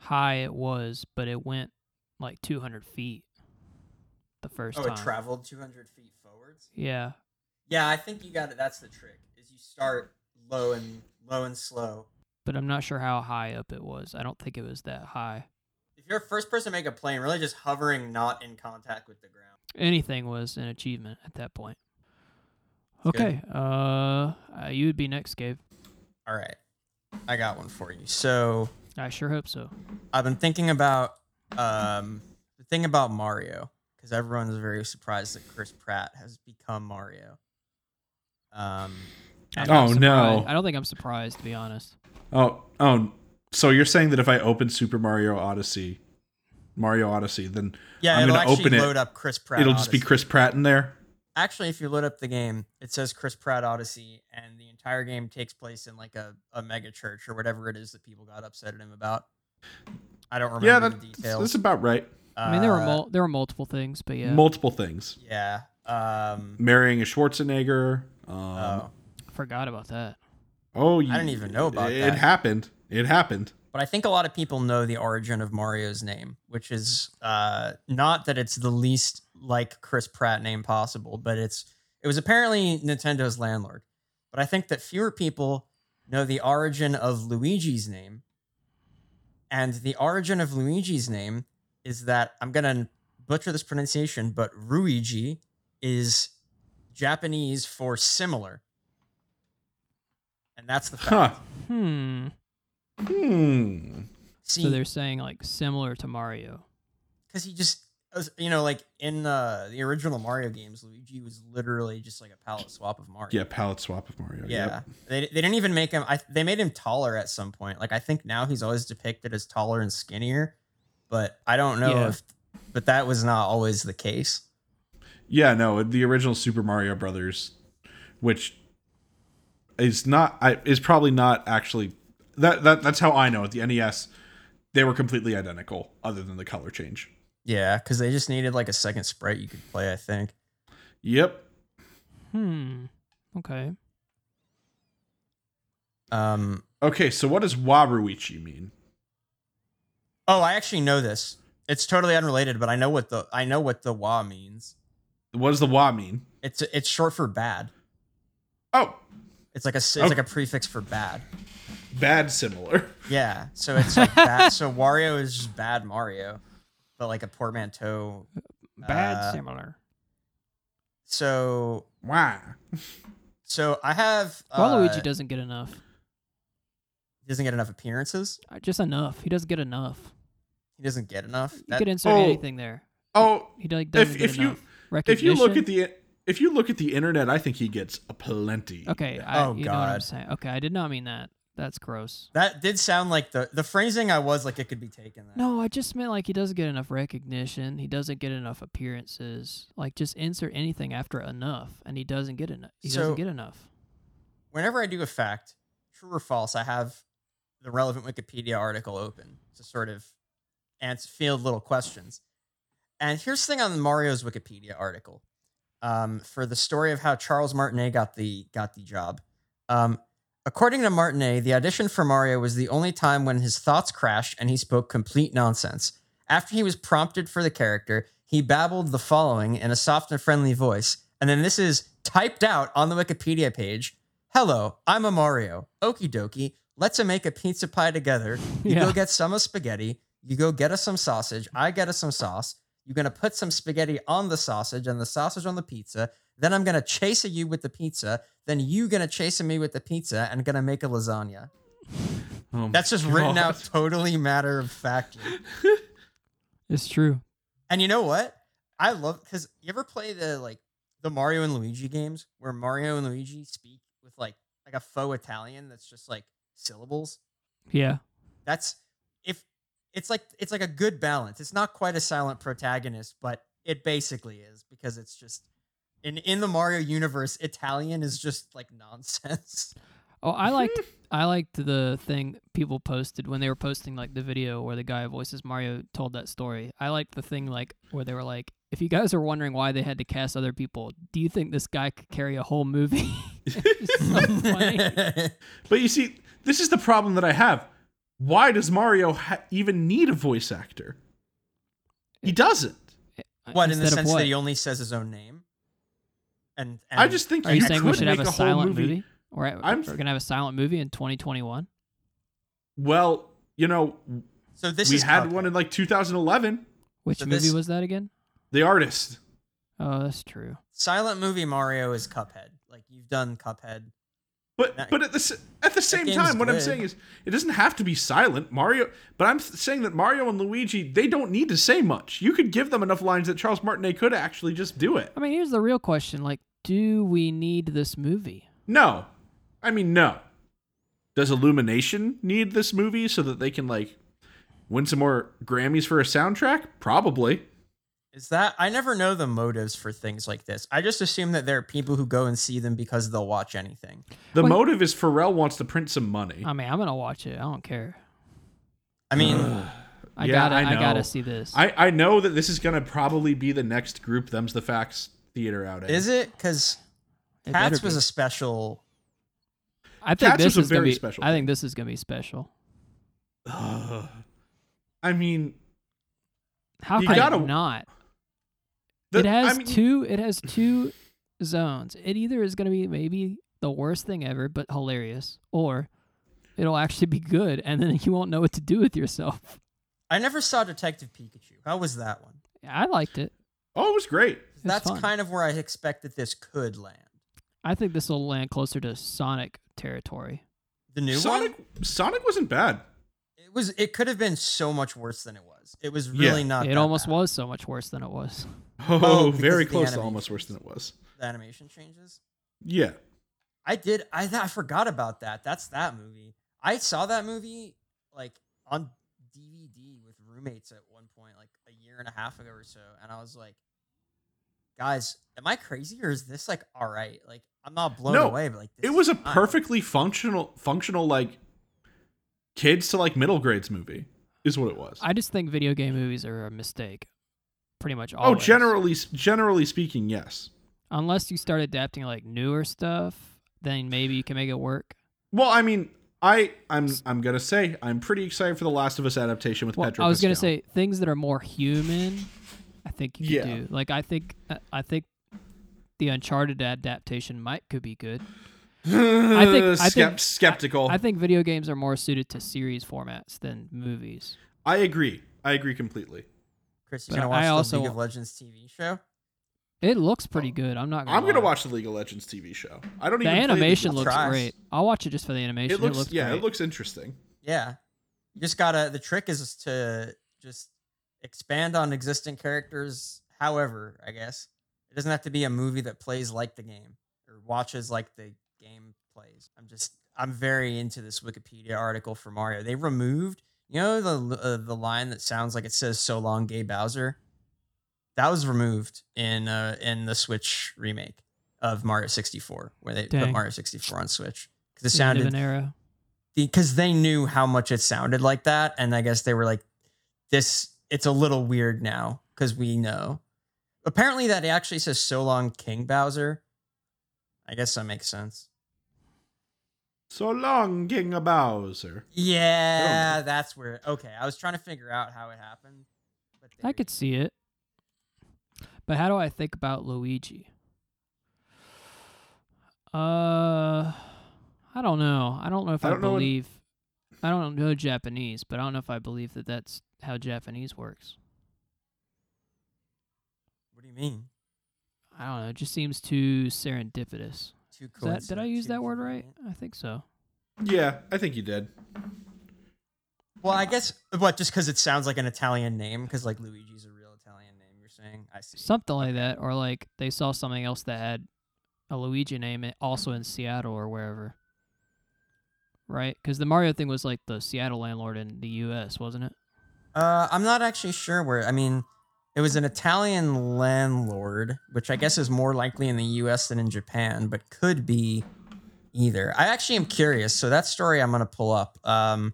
[SPEAKER 2] high it was, but it went like 200 feet the first
[SPEAKER 3] oh,
[SPEAKER 2] time.
[SPEAKER 3] it traveled 200 feet forwards.
[SPEAKER 2] yeah.
[SPEAKER 3] Yeah, I think you got it. That's the trick. Is you start low and low and slow.
[SPEAKER 2] But I'm not sure how high up it was. I don't think it was that high.
[SPEAKER 3] If you're a first person to make a plane, really just hovering not in contact with the ground.
[SPEAKER 2] Anything was an achievement at that point.
[SPEAKER 3] Good.
[SPEAKER 2] Okay. Uh, uh, you would be next, Gabe.
[SPEAKER 3] All right. I got one for you. So,
[SPEAKER 2] I sure hope so.
[SPEAKER 3] I've been thinking about um, the thing about Mario because everyone's very surprised that Chris Pratt has become Mario. Um,
[SPEAKER 2] I'm
[SPEAKER 1] Oh,
[SPEAKER 2] not surprised-
[SPEAKER 1] no.
[SPEAKER 2] I don't think I'm surprised, to be honest.
[SPEAKER 1] Oh, oh. So you're saying that if I open Super Mario Odyssey, Mario Odyssey, then
[SPEAKER 3] yeah,
[SPEAKER 1] I'm
[SPEAKER 3] it'll
[SPEAKER 1] gonna
[SPEAKER 3] actually
[SPEAKER 1] open it.
[SPEAKER 3] load up Chris Pratt.
[SPEAKER 1] it'll just be
[SPEAKER 3] Odyssey.
[SPEAKER 1] Chris Pratt in there?
[SPEAKER 3] Actually, if you load up the game, it says Chris Pratt Odyssey, and the entire game takes place in like a, a mega church or whatever it is that people got upset at him about. I don't remember
[SPEAKER 1] yeah,
[SPEAKER 3] the
[SPEAKER 1] that,
[SPEAKER 3] details.
[SPEAKER 1] that's about right.
[SPEAKER 2] I mean, there were
[SPEAKER 3] Uh,
[SPEAKER 2] mul- there were multiple things, but yeah,
[SPEAKER 1] Multiple things.
[SPEAKER 3] Yeah. Um,
[SPEAKER 1] Marrying a Schwarzenegger. Um,
[SPEAKER 3] oh.
[SPEAKER 2] forgot about that.
[SPEAKER 1] oh, you,
[SPEAKER 3] didn't even know about
[SPEAKER 1] it,
[SPEAKER 3] that.
[SPEAKER 1] It happened. It happened.
[SPEAKER 3] But I think a lot of people know the origin of Mario's name, which is uh, not that it's the least like Chris Pratt name possible, but it's it was apparently Nintendo's landlord. But I think that fewer people know the origin of Luigi's name. And the origin of Luigi's name is that I'm gonna butcher this pronunciation, but Ruigi is Japanese for similar. And that's the fact.
[SPEAKER 1] Huh.
[SPEAKER 2] Hmm.
[SPEAKER 1] Hmm.
[SPEAKER 3] See,
[SPEAKER 2] So they're saying like similar to Mario.
[SPEAKER 3] because he just was- you know, like in uh, the original Mario games, Luigi was literally just like a palette swap of Mario.
[SPEAKER 1] Yeah, palette swap of Mario.
[SPEAKER 3] Yeah,
[SPEAKER 1] Yep.
[SPEAKER 3] they, they didn't even make him. I, they made him taller at some point. Like I think now he's always depicted as taller and skinnier, but I don't know
[SPEAKER 2] Yeah.
[SPEAKER 3] if. But that was not always the case.
[SPEAKER 1] Yeah, no, the original Super Mario Brothers, which is not I is probably not actually that, that that's how I know it. The NES, they were completely identical, other than the color change.
[SPEAKER 3] Yeah, because they just needed like a second sprite you could play. I think.
[SPEAKER 1] Yep.
[SPEAKER 2] Hmm. Okay.
[SPEAKER 3] Um.
[SPEAKER 1] Okay, so what does Waruichi mean?
[SPEAKER 3] Oh, I actually know this. It's totally unrelated, but I know what the I know what the wa means.
[SPEAKER 1] What does the Wa mean?
[SPEAKER 3] It's it's short for bad.
[SPEAKER 1] Oh,
[SPEAKER 3] It's like a it's
[SPEAKER 1] Okay.
[SPEAKER 3] like a prefix for bad.
[SPEAKER 1] bad similar.
[SPEAKER 3] Yeah. So it's like bad. So Wario is just bad Mario, but like a portmanteau.
[SPEAKER 2] Bad
[SPEAKER 3] Uh,
[SPEAKER 2] similar.
[SPEAKER 3] So
[SPEAKER 1] Wah.
[SPEAKER 3] so I have uh,
[SPEAKER 2] Waluigi doesn't get enough.
[SPEAKER 3] doesn't get enough appearances.
[SPEAKER 2] Uh, Just enough. He doesn't get enough.
[SPEAKER 3] He doesn't get enough.
[SPEAKER 2] You
[SPEAKER 3] That,
[SPEAKER 2] could insert
[SPEAKER 1] oh.
[SPEAKER 2] anything there.
[SPEAKER 1] Oh,
[SPEAKER 2] He like doesn't
[SPEAKER 1] If-
[SPEAKER 2] get
[SPEAKER 1] if you-
[SPEAKER 2] enough.
[SPEAKER 1] if you look at the if you look at the internet, I think he gets a plenty.
[SPEAKER 2] Okay, I,
[SPEAKER 3] Oh,
[SPEAKER 2] you know what I'm
[SPEAKER 3] God.
[SPEAKER 2] saying. Okay, I did not mean that. That's gross.
[SPEAKER 3] that did sound like the the phrasing I was like it could be taken.
[SPEAKER 1] Uh.
[SPEAKER 3] There.
[SPEAKER 2] No, I just meant like he doesn't get enough recognition. He doesn't get enough appearances. Like just insert anything after enough, and he doesn't get enough. He
[SPEAKER 3] So-
[SPEAKER 2] doesn't get enough.
[SPEAKER 3] Whenever I do a fact, true or false, I have the relevant Wikipedia article open to sort of answer field little questions. And here's the thing on Mario's Wikipedia article um, for the story of how Charles Martinet got the got the job. Um, according to Martinet, the audition for Mario was the only time when his thoughts crashed and he spoke complete nonsense. After he was prompted for the character, he babbled the following in a soft and friendly voice, and then this is typed out on the Wikipedia page. Hello, I'm a Mario. Okie dokie. Let's a make a pizza pie together. You
[SPEAKER 2] Yeah.
[SPEAKER 3] go get some of spaghetti. You go get us some sausage. I get us some sauce. You're gonna put some spaghetti on the sausage and the sausage on the pizza. Then I'm gonna chase you with the pizza. Then you gonna chase me with the pizza and gonna make a lasagna.
[SPEAKER 1] Oh my
[SPEAKER 3] That's just written out
[SPEAKER 1] God.
[SPEAKER 3] totally matter of factly.
[SPEAKER 2] It's true.
[SPEAKER 3] And you know what? I love because you ever play the like the Mario and Luigi games where Mario and Luigi speak with like like a faux Italian that's just like syllables.
[SPEAKER 2] Yeah.
[SPEAKER 3] That's if it's like it's like a good balance. It's not quite a silent protagonist, but it basically is because it's just in in the Mario universe, Italian is just like nonsense.
[SPEAKER 2] Oh, I liked
[SPEAKER 1] Hmm.
[SPEAKER 2] I liked the thing people posted when they were posting like the video where the guy who voices Mario told that story. I liked the thing like where they were like, if you guys are wondering why they had to cast other people, do you think this guy could carry a whole movie? It's so funny.
[SPEAKER 1] But you see, this is the problem that I have. Why does Mario ha- even need a voice actor? He doesn't.
[SPEAKER 3] what in
[SPEAKER 2] Uh, Instead
[SPEAKER 3] the
[SPEAKER 2] of
[SPEAKER 3] sense
[SPEAKER 2] what?
[SPEAKER 3] that he only says his own name? And, and
[SPEAKER 1] I just think
[SPEAKER 2] Are you
[SPEAKER 1] I
[SPEAKER 2] saying we
[SPEAKER 1] could
[SPEAKER 2] should have
[SPEAKER 1] make
[SPEAKER 2] a
[SPEAKER 1] a whole
[SPEAKER 2] silent
[SPEAKER 1] movie.
[SPEAKER 2] movie? Or uh,
[SPEAKER 1] I'm-
[SPEAKER 2] we're gonna have a silent movie in 2021.
[SPEAKER 1] Well, you know,
[SPEAKER 3] so this
[SPEAKER 1] we
[SPEAKER 3] is
[SPEAKER 1] had
[SPEAKER 3] Cuphead.
[SPEAKER 1] one in like 2011.
[SPEAKER 2] Which
[SPEAKER 3] So
[SPEAKER 2] movie
[SPEAKER 3] this-
[SPEAKER 2] was that again?
[SPEAKER 1] The artist.
[SPEAKER 2] Oh, that's true.
[SPEAKER 3] silent movie Mario is Cuphead. Like you've done Cuphead.
[SPEAKER 1] But
[SPEAKER 3] That-
[SPEAKER 1] but at the s- at the same
[SPEAKER 3] game's
[SPEAKER 1] time, what I'm
[SPEAKER 3] good.
[SPEAKER 1] saying is it doesn't have to be silent. Mario, but I'm th- saying that Mario and Luigi they don't need to say much. You could give them enough lines that Charles Martinet could actually just do it.
[SPEAKER 2] I mean, here's the real question: like, do we need this movie?
[SPEAKER 1] No, I mean no. Does Illumination need this movie so that they can like win some more Grammys for a soundtrack? Probably.
[SPEAKER 3] Is that I never know the motives for things like this. I just assume that there are people who go and see them because they'll watch anything.
[SPEAKER 1] The
[SPEAKER 2] Well-
[SPEAKER 1] motive is Pharrell wants to print some money.
[SPEAKER 3] Um,
[SPEAKER 2] I mean, I'm gonna watch it. I don't care.
[SPEAKER 3] I mean,
[SPEAKER 2] I
[SPEAKER 1] Yeah,
[SPEAKER 2] gotta,
[SPEAKER 1] I
[SPEAKER 2] I,
[SPEAKER 1] know.
[SPEAKER 2] gotta see this.
[SPEAKER 1] I I know that this is gonna probably be the next group. Them's the facts. Theater outing.
[SPEAKER 3] is it because
[SPEAKER 2] It
[SPEAKER 3] Cats
[SPEAKER 2] better
[SPEAKER 3] was
[SPEAKER 2] be.
[SPEAKER 3] a special?
[SPEAKER 2] I think
[SPEAKER 1] Cats
[SPEAKER 2] this
[SPEAKER 1] was
[SPEAKER 2] is
[SPEAKER 1] a
[SPEAKER 2] gonna
[SPEAKER 1] very
[SPEAKER 2] be.
[SPEAKER 1] special
[SPEAKER 2] I think this is gonna be special.
[SPEAKER 1] Ugh. I mean,
[SPEAKER 2] How
[SPEAKER 1] You
[SPEAKER 2] could
[SPEAKER 1] gotta-
[SPEAKER 2] it not?
[SPEAKER 1] the-
[SPEAKER 2] it has
[SPEAKER 1] I mean,
[SPEAKER 2] two. It has two zones. It either is gonna be maybe the worst thing ever, but hilarious, or it'll actually be good, and then you won't know what to do with yourself.
[SPEAKER 3] I never saw Detective Pikachu. How was that one?
[SPEAKER 2] I liked it.
[SPEAKER 1] Oh, it was great.
[SPEAKER 2] It's
[SPEAKER 3] That's
[SPEAKER 2] fun.
[SPEAKER 3] kind of where I expect that this could land.
[SPEAKER 2] I think this will land closer to Sonic territory.
[SPEAKER 3] The new
[SPEAKER 1] Sonic
[SPEAKER 3] one,
[SPEAKER 1] Sonic wasn't bad.
[SPEAKER 3] it was. It could have been so much worse than it was. was. It was really
[SPEAKER 1] Yeah.
[SPEAKER 3] not.
[SPEAKER 2] It
[SPEAKER 3] that
[SPEAKER 2] almost
[SPEAKER 3] bad.
[SPEAKER 2] was so much worse than it was.
[SPEAKER 1] Oh,
[SPEAKER 3] Well, because
[SPEAKER 1] very
[SPEAKER 3] the
[SPEAKER 1] close to
[SPEAKER 3] animation
[SPEAKER 1] almost worse than it was.
[SPEAKER 3] The animation changes.
[SPEAKER 1] Yeah.
[SPEAKER 3] I did. I th- I forgot about that. That's that movie. I saw that movie like on DVD with roommates at one point, like a year and a half ago or so, and I was like, "Guys, am I crazy or is this like all right? Like, I'm not blown
[SPEAKER 1] No,
[SPEAKER 3] away, but like, this
[SPEAKER 1] It was a
[SPEAKER 3] is fine."
[SPEAKER 1] perfectly functional functional like kids to like middle grades movie is what it was.
[SPEAKER 2] I just think video game movies are a mistake. Pretty much all.
[SPEAKER 1] oh, generally generally speaking, yes.
[SPEAKER 2] Unless you start adapting like newer stuff, then maybe you can make it work.
[SPEAKER 1] Well, I mean, I I'm I'm going to say I'm pretty excited for the Last of Us adaptation with
[SPEAKER 2] Well,
[SPEAKER 1] Pedro
[SPEAKER 2] I was gonna
[SPEAKER 1] Pascal.
[SPEAKER 2] say things that are more human. I think you could
[SPEAKER 1] Yeah.
[SPEAKER 2] do. Like I think I- I think the Uncharted adaptation might could be good. I think- I
[SPEAKER 1] Skep-
[SPEAKER 2] think-
[SPEAKER 1] skeptical.
[SPEAKER 2] I think video games are more suited to series formats than movies.
[SPEAKER 1] I agree. I agree completely.
[SPEAKER 3] Chris,
[SPEAKER 2] but
[SPEAKER 3] you gonna
[SPEAKER 2] I
[SPEAKER 3] watch
[SPEAKER 2] also
[SPEAKER 3] the League of
[SPEAKER 2] want-
[SPEAKER 3] Legends TV show?
[SPEAKER 2] It looks pretty good. I'm not. Gonna
[SPEAKER 1] Oh. I'm going to
[SPEAKER 2] lie.
[SPEAKER 1] watch the League of Legends TV show. I don't even play League
[SPEAKER 2] The
[SPEAKER 1] of
[SPEAKER 2] animation
[SPEAKER 1] Legends.
[SPEAKER 2] looks
[SPEAKER 3] Tries.
[SPEAKER 2] great. I'll watch it just for the animation.
[SPEAKER 1] It looks, yeah,
[SPEAKER 2] great.
[SPEAKER 1] it looks interesting.
[SPEAKER 3] Yeah, you just gotta. The trick is to just expand on existing characters. However, I guess it doesn't have to be a movie that plays like the game or watches like the game plays. I'm just I'm very into this Wikipedia article for Mario. They removed you know the uh, the line that sounds like it says "So long, Gay Bowser." That was removed in uh, in the Switch remake of Mario 64, where they put
[SPEAKER 2] Dang.
[SPEAKER 3] Mario 64 on Switch because it
[SPEAKER 2] The end of
[SPEAKER 3] sounded
[SPEAKER 2] an era.
[SPEAKER 3] because they knew how much it sounded like that and i guess they were like this it's a little weird now because we know apparently that it actually says so long king bowser i guess that makes sense
[SPEAKER 1] So long, King Bowser.
[SPEAKER 3] yeah that's where okay i was trying to figure out how it happened but
[SPEAKER 2] I
[SPEAKER 3] there-
[SPEAKER 2] could see it. But how do I think about Luigi? Uh, I don't know. I don't know if
[SPEAKER 1] I
[SPEAKER 2] I,
[SPEAKER 1] don't know what-
[SPEAKER 2] believe. I don't know Japanese, but I don't know if I believe that that's how Japanese works.
[SPEAKER 3] what do you mean
[SPEAKER 2] I don't know. It just seems too serendipitous.
[SPEAKER 3] too
[SPEAKER 2] Is that, did I
[SPEAKER 3] coincident,
[SPEAKER 2] use
[SPEAKER 3] too
[SPEAKER 2] that word right?
[SPEAKER 3] convenient.
[SPEAKER 2] I think so.
[SPEAKER 1] Yeah, I think you did.
[SPEAKER 3] well i guess what just because it sounds like an italian name because like luigi's a real italian name you're saying i see
[SPEAKER 2] Something like that, or like they saw something else that had a Luigi name, i- also in Seattle or wherever. Right? Because the Mario thing was like the Seattle landlord in the U.S., wasn't it?
[SPEAKER 3] Uh, I'm not actually sure where. I mean, it was an Italian landlord, which I guess is more likely in the U.S. than in Japan, but could be either. I actually am curious. So that story I'm gonna pull up. Um,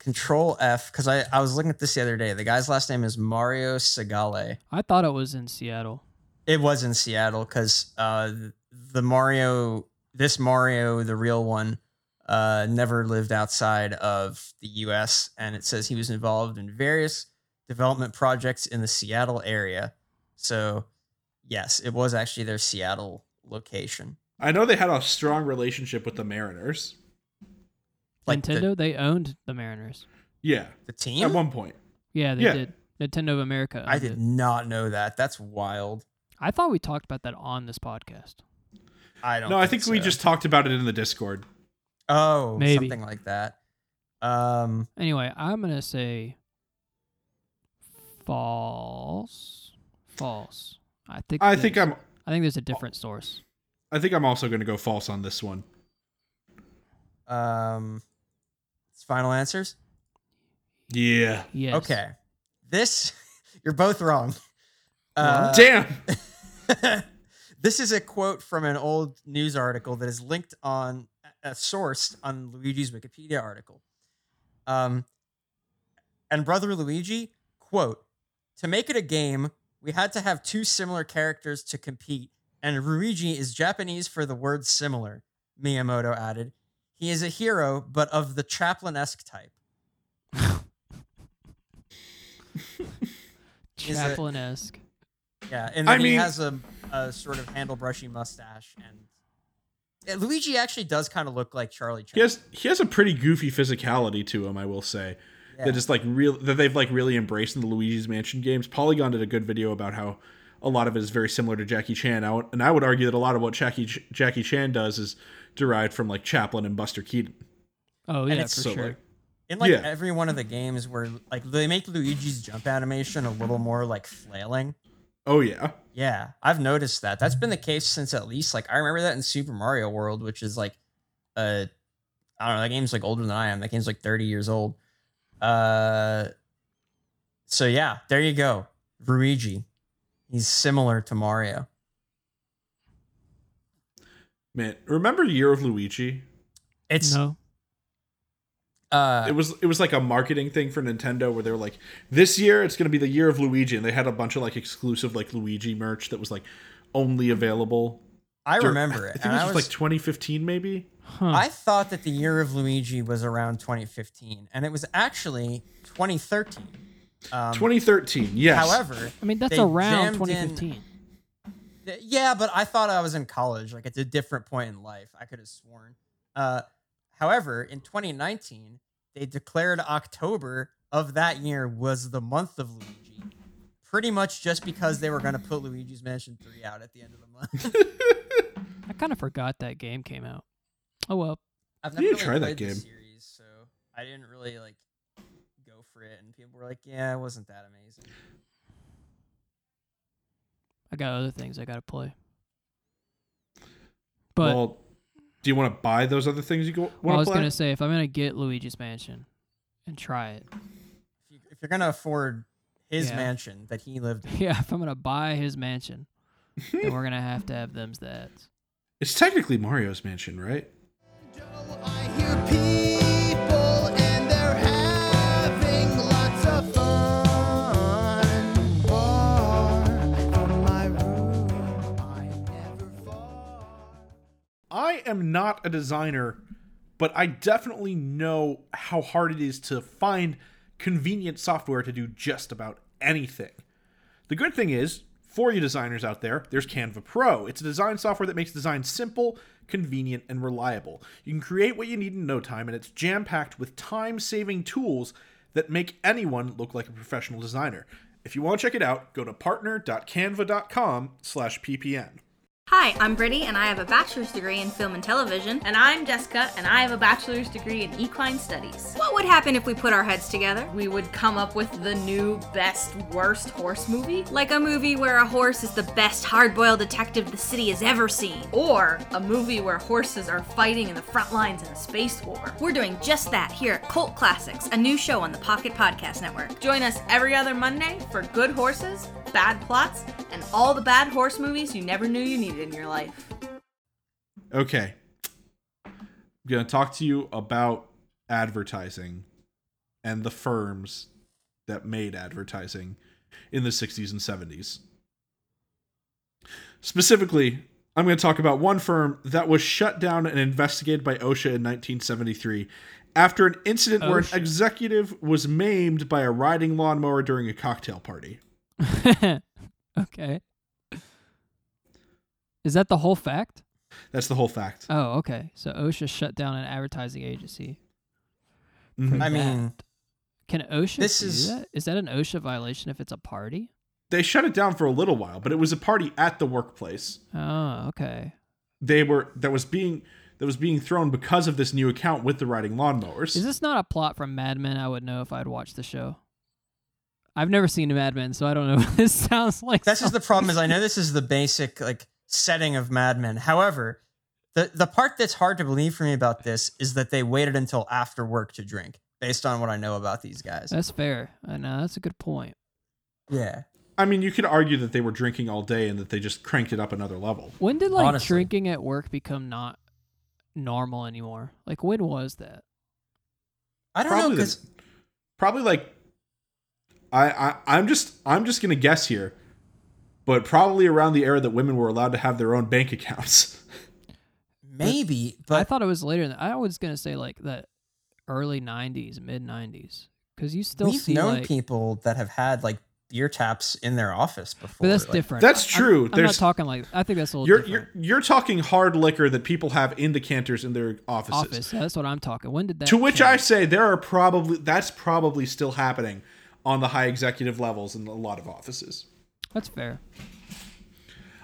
[SPEAKER 3] Control F because I I was looking at this the other day. The guy's last name is Mario Segale.
[SPEAKER 2] I thought it was in Seattle.
[SPEAKER 3] It was in Seattle because uh, the Mario, this Mario, the real one, uh, never lived outside of the U.S. And it says he was involved in various development projects in the Seattle area. So, yes, it was actually their Seattle location.
[SPEAKER 1] I know they had a strong relationship with the Mariners.
[SPEAKER 3] Like the-
[SPEAKER 2] Nintendo, they owned the Mariners.
[SPEAKER 1] Yeah,
[SPEAKER 3] The
[SPEAKER 1] at
[SPEAKER 3] team?
[SPEAKER 1] one point.
[SPEAKER 2] Yeah, they
[SPEAKER 1] Yeah.
[SPEAKER 2] did. Nintendo of America.
[SPEAKER 3] I
[SPEAKER 2] owned
[SPEAKER 3] did
[SPEAKER 2] it.
[SPEAKER 3] not know that. That's wild.
[SPEAKER 2] I thought we talked about that on this podcast.
[SPEAKER 3] I don't.
[SPEAKER 1] No, I think we
[SPEAKER 3] so.
[SPEAKER 1] just talked about it in the Discord.
[SPEAKER 3] oh
[SPEAKER 2] Maybe.
[SPEAKER 3] something like that. Um,
[SPEAKER 2] Anyway, I'm gonna say false. False. I think.
[SPEAKER 1] I think
[SPEAKER 2] there's-
[SPEAKER 1] I'm.
[SPEAKER 2] I think there's a different source.
[SPEAKER 1] I think I'm also going to go false on this one.
[SPEAKER 3] um, final answers.
[SPEAKER 1] Yeah.
[SPEAKER 2] Yes.
[SPEAKER 3] Okay. This, you're both wrong. Uh,
[SPEAKER 1] Damn.
[SPEAKER 3] this is a quote from an old news article that is linked on, uh, sourced on Luigi's Wikipedia article. Um, and Brother Luigi, quote, to make it a game, we had to have two similar characters to compete, and Luigi is Japanese for the word similar, Miyamoto added. He is a hero, but of the chaplain esque type. it-
[SPEAKER 2] Chaplin esque.
[SPEAKER 3] Yeah, and then
[SPEAKER 1] I
[SPEAKER 3] he
[SPEAKER 1] mean-
[SPEAKER 3] has a, a sort of handle brushy mustache, and Yeah, Luigi actually does kind of look like Charlie.
[SPEAKER 1] He
[SPEAKER 3] Chaplin.
[SPEAKER 1] has he has a pretty goofy physicality to him, I will say.
[SPEAKER 3] Yeah.
[SPEAKER 1] That is like real that they've like really embraced in the Luigi's Mansion games. Polygon did a good video about how a lot of it is very similar to Jackie Chan, I would- and I would argue that a lot of what Jackie Ch- Jackie Chan does is derived from like Chaplin and Buster Keaton.
[SPEAKER 2] Oh yeah,
[SPEAKER 3] it's
[SPEAKER 2] for
[SPEAKER 1] so,
[SPEAKER 2] sure.
[SPEAKER 1] like-
[SPEAKER 3] In like
[SPEAKER 1] Yeah.
[SPEAKER 3] every one of the games where like they make Luigi's jump animation a little more like flailing.
[SPEAKER 1] Oh yeah.
[SPEAKER 3] Yeah, I've noticed that. That's been the case since at least like I remember that in Super Mario World, which is like uh I don't know, that game's like older than I am. That game's like 30 years old. Uh so yeah, there you go. Luigi. He's similar to Mario.
[SPEAKER 1] Man, remember Year of Luigi?
[SPEAKER 3] It's
[SPEAKER 2] no.
[SPEAKER 3] uh
[SPEAKER 1] It was it was like a marketing thing for Nintendo where they were like, this year it's gonna be the year of Luigi, and they had a bunch of like exclusive like Luigi merch that was like only available.
[SPEAKER 3] I
[SPEAKER 1] dur-
[SPEAKER 3] remember it.
[SPEAKER 1] I think
[SPEAKER 3] and
[SPEAKER 1] this was like 2015 maybe.
[SPEAKER 2] Huh.
[SPEAKER 3] I thought that the year of Luigi was around 2015, and it was actually 2013. Um,
[SPEAKER 1] 2013. Yes.
[SPEAKER 3] However,
[SPEAKER 2] I mean, that's
[SPEAKER 3] they
[SPEAKER 2] around
[SPEAKER 3] jammed in-
[SPEAKER 2] 2015.
[SPEAKER 3] th- yeah, but I thought I was in college. Like, it's a different point in life. I could have sworn. Uh, however, in 2019, they declared October of that year was the month of Luigi, pretty much just because they were going to put Luigi's Mansion 3 out at the end of the month.
[SPEAKER 2] I kind of forgot that game came out. Oh well.
[SPEAKER 3] I've
[SPEAKER 1] You
[SPEAKER 3] never
[SPEAKER 1] need
[SPEAKER 3] really
[SPEAKER 1] to try that
[SPEAKER 3] played the
[SPEAKER 1] game.
[SPEAKER 3] series, so I didn't really like go for it. And people were like, "Yeah, it wasn't that amazing."
[SPEAKER 2] I got other things I gotta play. But
[SPEAKER 1] well, do you want to buy those other things you go?
[SPEAKER 2] well, I
[SPEAKER 1] Want
[SPEAKER 2] was
[SPEAKER 1] to play?
[SPEAKER 2] gonna say if I'm gonna get Luigi's Mansion and try it.
[SPEAKER 3] If, you, if you're gonna afford his
[SPEAKER 2] Yeah.
[SPEAKER 3] mansion that he lived in,
[SPEAKER 2] Yeah, if I'm gonna buy his mansion, then we're gonna have to have them's that.
[SPEAKER 1] It's technically Mario's Mansion, right?
[SPEAKER 4] I hear people and they're having lots of fun. Far from my room, I never fall.
[SPEAKER 1] I am not a designer, but I definitely know how hard it is to find convenient software to do just about anything. The good thing is, for you designers out there, there's Canva Pro. It's a design software that makes design simple, convenient, and reliable. You can create what you need in no time, and it's jam packed with time saving tools that make anyone look like a professional designer. If you want to check it out, go to partner.canva.com slash ppn.
[SPEAKER 5] Hi, I'm Brittany, and I have a bachelor's degree in film and television.
[SPEAKER 6] And I'm Jessica, and I have a bachelor's degree in equine studies.
[SPEAKER 5] What would happen if we put our heads together?
[SPEAKER 6] We would come up with the new best worst horse movie,
[SPEAKER 5] Like a movie where a horse is the best hard boiled detective the city has ever seen.
[SPEAKER 6] or a movie where horses are fighting in the front lines in a space war.
[SPEAKER 5] We're doing just that here at Cult Classics, a new show on the Pocket Podcast Network.
[SPEAKER 6] Join us every other Monday for good horses, bad plots, and all the bad horse movies you never knew you needed in your life.
[SPEAKER 1] Okay. I'm going to talk to you about advertising and the firms that made advertising in the 60s and 70s. Specifically, I'm going to talk about one firm that was shut down and investigated by OSHA in 1973 after an incident where an
[SPEAKER 2] OSHA.
[SPEAKER 1] executive was maimed by a riding lawnmower during a cocktail party.
[SPEAKER 2] okay. Is that the whole fact?
[SPEAKER 1] That's the whole fact.
[SPEAKER 2] Oh, okay. So OSHA shut down an advertising agency.
[SPEAKER 1] Mhm.
[SPEAKER 3] Mm-hmm. I mean,
[SPEAKER 2] Can OSHA
[SPEAKER 3] This
[SPEAKER 2] do
[SPEAKER 3] is-
[SPEAKER 2] that? Is that an OSHA violation if it's a party?
[SPEAKER 1] They shut it down for a little while, but it was a party at the workplace.
[SPEAKER 2] Oh, okay.
[SPEAKER 1] they were that was being that was being thrown because of this new account with the riding lawnmowers.
[SPEAKER 2] Is this not a plot from Mad Men? I would know if I'd watched the show. I've never seen Mad Men, so I don't know what this sounds like.
[SPEAKER 3] this is the problem. Is I know this is the basic like setting of Mad Men. However, the the part that's hard to believe for me about this is that they waited until after work to drink, based on what I know about these guys.
[SPEAKER 2] That's fair. I know that's a good point.
[SPEAKER 3] Yeah,
[SPEAKER 1] I mean, you could argue that they were drinking all day and that they just cranked it up another level.
[SPEAKER 2] When did like
[SPEAKER 3] Honestly.
[SPEAKER 2] drinking at work become not normal anymore? Like when was that?
[SPEAKER 3] I don't know
[SPEAKER 1] Probably the-
[SPEAKER 3] because
[SPEAKER 1] Probably like I, I I'm just I'm just gonna guess here, but probably around the era that women were allowed to have their own bank accounts.
[SPEAKER 3] maybe,
[SPEAKER 2] I
[SPEAKER 3] but
[SPEAKER 2] thought it was later. Than, I was gonna say like the early '90s, mid '90s, because you still
[SPEAKER 3] we've
[SPEAKER 2] see
[SPEAKER 3] known
[SPEAKER 2] like,
[SPEAKER 3] people that have had like beer taps in their office before.
[SPEAKER 2] but that's
[SPEAKER 3] like,
[SPEAKER 2] different.
[SPEAKER 1] That's
[SPEAKER 2] I'm-
[SPEAKER 1] true.
[SPEAKER 2] I'm, not
[SPEAKER 1] There's-
[SPEAKER 2] talking like. I think that's a little
[SPEAKER 1] You're,
[SPEAKER 2] different.
[SPEAKER 1] you're you're talking hard liquor that people have in decanters in their offices.
[SPEAKER 2] Office. yeah, That's what I'm talking. When did that?
[SPEAKER 1] To which
[SPEAKER 2] change?
[SPEAKER 1] I say there are probably that's probably still happening on the high executive levels in a lot of offices.
[SPEAKER 2] That's fair.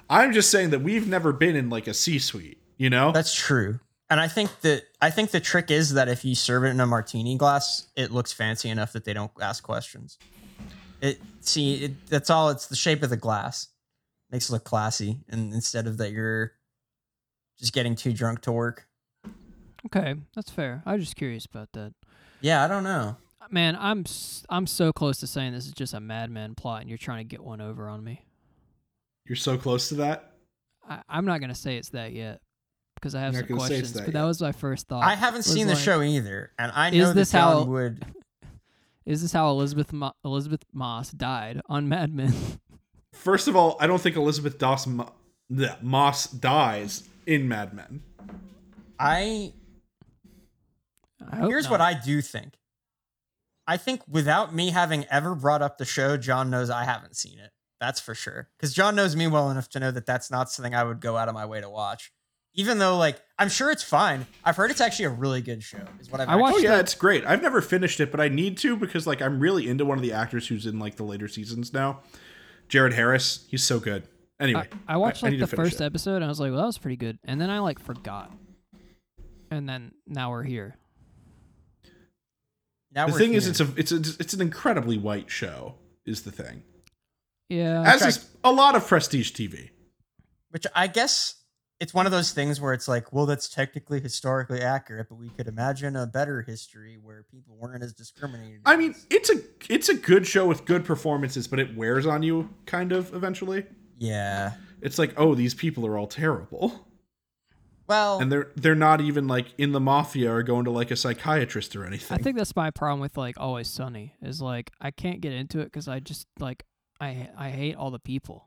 [SPEAKER 1] I'm just saying that we've never been in like a C suite, you know?
[SPEAKER 3] That's true. And I think that I think the trick is that if you serve it in a martini glass, it looks fancy enough that they don't ask questions. It see it, that's all. It's the shape of the glass makes it look classy, and instead of that, you're just getting too drunk to work.
[SPEAKER 2] Okay, that's fair. I was just curious about that.
[SPEAKER 3] Yeah, I don't know.
[SPEAKER 2] Man, I'm s- I'm so close to saying this is just a Mad Men plot, and you're trying to get one over on me.
[SPEAKER 1] You're so close to that.
[SPEAKER 2] I, I'm not gonna say it's that yet because I have
[SPEAKER 1] You're
[SPEAKER 2] some
[SPEAKER 1] not gonna say it's
[SPEAKER 2] questions.
[SPEAKER 1] that
[SPEAKER 2] But that
[SPEAKER 1] yet.
[SPEAKER 2] was my first thought.
[SPEAKER 3] I haven't
[SPEAKER 2] Uh, was
[SPEAKER 3] seen the
[SPEAKER 2] like,
[SPEAKER 3] show either, and I
[SPEAKER 2] Is
[SPEAKER 3] know
[SPEAKER 2] this
[SPEAKER 3] that John
[SPEAKER 2] how-
[SPEAKER 3] would.
[SPEAKER 2] Is this how Elizabeth Mo- Elizabeth Moss died on Mad Men?
[SPEAKER 1] First of all, I don't think Elizabeth Doss Mo- bleh, Moss dies in Mad Men.
[SPEAKER 3] I
[SPEAKER 2] I hope
[SPEAKER 3] Here's
[SPEAKER 2] not.
[SPEAKER 3] what I do think. I think without me having ever brought up the show, John knows I haven't seen it. That's for sure. Because John knows me well enough to know that that's not something I would go out of my way to watch. Even though, like, I'm sure it's fine. I've heard it's actually a really good show. Is what I've
[SPEAKER 2] I
[SPEAKER 3] actually-
[SPEAKER 1] Oh
[SPEAKER 2] watched
[SPEAKER 1] yeah,
[SPEAKER 2] that-
[SPEAKER 1] it's great. I've never finished it, but I need to because like I'm really into one of the actors who's in like the later seasons now. Jared Harris, he's so good. Anyway,
[SPEAKER 2] I, I watched
[SPEAKER 1] need
[SPEAKER 2] like
[SPEAKER 1] to
[SPEAKER 2] the
[SPEAKER 1] finish
[SPEAKER 2] first
[SPEAKER 1] it.
[SPEAKER 2] episode and I was like, well, that was pretty good. And then I like forgot. And then now we're here.
[SPEAKER 3] Now
[SPEAKER 1] The
[SPEAKER 3] we're
[SPEAKER 1] thing is,
[SPEAKER 3] here.
[SPEAKER 1] it's a it's a, it's an incredibly white show. Is the thing
[SPEAKER 2] Yeah.
[SPEAKER 1] as is a lot of prestige TV.
[SPEAKER 3] which I guess it's one of those things where it's like, well, that's technically historically accurate, but we could imagine a better history where people weren't as discriminated.
[SPEAKER 1] I mean,
[SPEAKER 3] against.
[SPEAKER 1] it's a it's a good show with good performances, but it wears on you kind of eventually.
[SPEAKER 3] yeah.
[SPEAKER 1] It's like, oh, these people are all terrible,
[SPEAKER 3] Well,
[SPEAKER 1] and they're they're not even like in the mafia or going to like a psychiatrist or anything.
[SPEAKER 2] I think that's my problem with like Always Sunny is like I can't get into it because I just like I I hate all the people.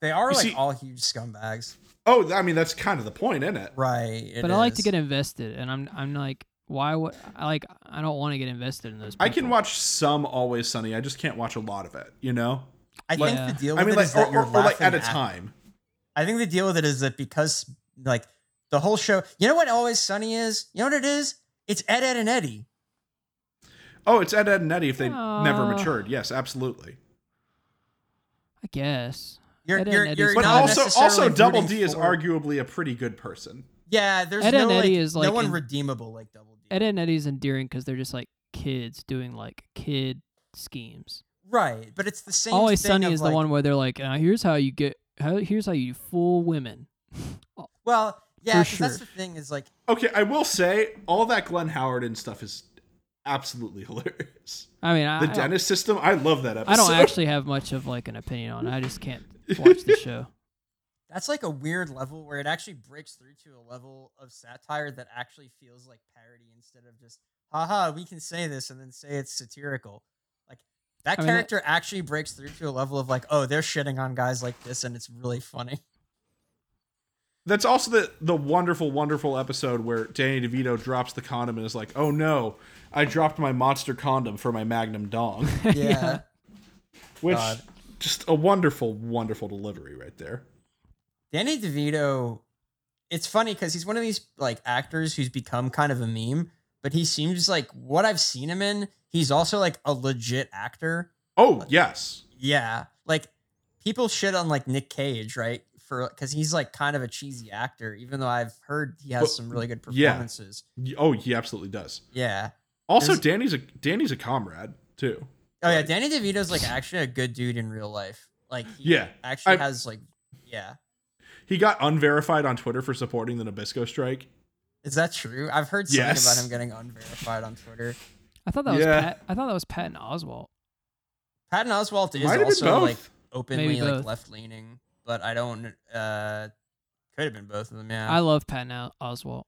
[SPEAKER 3] they are
[SPEAKER 1] You
[SPEAKER 3] like
[SPEAKER 1] see-
[SPEAKER 3] all huge scumbags.
[SPEAKER 1] Oh, I mean, that's kind of the point, isn't it?
[SPEAKER 3] Right.
[SPEAKER 2] but I like to get invested, and I'm I'm like why would I like I don't want to get invested in those. People.
[SPEAKER 1] I can watch some Always Sunny. I just can't watch a lot of it. You know,
[SPEAKER 3] I think
[SPEAKER 2] Yeah.
[SPEAKER 3] the deal. With
[SPEAKER 1] I mean,
[SPEAKER 3] it is
[SPEAKER 1] like
[SPEAKER 3] that
[SPEAKER 1] or,
[SPEAKER 3] you're
[SPEAKER 1] or, or, like
[SPEAKER 3] laughing
[SPEAKER 1] at a time.
[SPEAKER 3] I think the deal with it is that because like the whole show. You know what Always Sunny is? You know what it is? It's Ed, Ed, and Eddie.
[SPEAKER 1] Oh, it's Ed, Ed, and Eddie if they never
[SPEAKER 2] Aw.
[SPEAKER 1] matured. Yes, absolutely.
[SPEAKER 2] I guess.
[SPEAKER 3] You're,
[SPEAKER 2] Ed, Ed,
[SPEAKER 3] you're,
[SPEAKER 2] and
[SPEAKER 3] you're
[SPEAKER 2] Eddie's
[SPEAKER 1] But
[SPEAKER 2] Not
[SPEAKER 3] not
[SPEAKER 1] also, also
[SPEAKER 3] necessarily
[SPEAKER 1] Double
[SPEAKER 3] rooting
[SPEAKER 1] D is
[SPEAKER 3] for-
[SPEAKER 1] arguably a pretty good person.
[SPEAKER 3] Yeah, there's
[SPEAKER 2] Ed,
[SPEAKER 3] no
[SPEAKER 2] Ed,
[SPEAKER 3] like,
[SPEAKER 2] Eddie is,
[SPEAKER 3] no
[SPEAKER 2] like,
[SPEAKER 3] one
[SPEAKER 2] in-
[SPEAKER 3] redeemable like Double D.
[SPEAKER 2] Ed and Eddie's endearing because they're just like kids doing like kid schemes.
[SPEAKER 3] right, but it's the same.
[SPEAKER 2] Always
[SPEAKER 3] thing
[SPEAKER 2] Sunny
[SPEAKER 3] of,
[SPEAKER 2] is
[SPEAKER 3] like-
[SPEAKER 2] the one where they're like, uh, here's how you get, how, here's how you fool women.
[SPEAKER 3] Well, yeah, 'cause
[SPEAKER 2] sure.
[SPEAKER 3] that's the thing is like
[SPEAKER 1] Okay, I will say all that Glenn Howard and stuff is absolutely hilarious.
[SPEAKER 2] I mean, I,
[SPEAKER 1] The
[SPEAKER 2] I don't,
[SPEAKER 1] dentist system, I love that episode.
[SPEAKER 2] I don't actually have much of like an opinion on. it. I just can't watch the show.
[SPEAKER 3] that's like a weird level where it actually breaks through to a level of satire that actually feels like parody instead of just haha we can say this and then say it's satirical like that
[SPEAKER 2] I mean, that-
[SPEAKER 3] character actually breaks through to a level of like oh they're shitting on guys like this and it's really funny
[SPEAKER 1] That's also the the wonderful, wonderful episode where Danny DeVito drops the condom and is like, "Oh no, I dropped my monster condom for my Magnum dong,"
[SPEAKER 3] yeah,
[SPEAKER 1] which
[SPEAKER 3] God.
[SPEAKER 1] just a wonderful, wonderful delivery right there.
[SPEAKER 3] danny devito it's funny because he's one of these like actors who's become kind of a meme but he seems like what i've seen him in he's also like a legit actor
[SPEAKER 1] Oh yes,
[SPEAKER 3] Yeah, like people shit on like Nick Cage, right? For because he's like kind of a cheesy actor, even though I've heard he has
[SPEAKER 1] Well,
[SPEAKER 3] some really good
[SPEAKER 1] yeah.
[SPEAKER 3] performances.
[SPEAKER 1] Y- oh he absolutely does.
[SPEAKER 3] Yeah.
[SPEAKER 1] Also,
[SPEAKER 3] There's-
[SPEAKER 1] Danny's a Danny's a comrade too.
[SPEAKER 3] Oh yeah, Danny DeVito's like actually a good dude in real life. Like he
[SPEAKER 1] Yeah,
[SPEAKER 3] actually
[SPEAKER 1] I-
[SPEAKER 3] has like yeah.
[SPEAKER 1] He got unverified on Twitter for supporting the Nabisco strike.
[SPEAKER 3] Is that true? I've heard something
[SPEAKER 1] Yes.
[SPEAKER 3] about him getting unverified on Twitter.
[SPEAKER 2] I thought that was
[SPEAKER 1] Yeah.
[SPEAKER 2] Pat, I thought that was Patton Oswalt.
[SPEAKER 3] Patton Oswalt is
[SPEAKER 1] Might have been
[SPEAKER 3] also
[SPEAKER 1] both.
[SPEAKER 3] like openly
[SPEAKER 2] Maybe
[SPEAKER 3] like
[SPEAKER 2] both.
[SPEAKER 3] left leaning, but I don't uh could have been both of them, yeah.
[SPEAKER 2] I love Patton O- Oswalt.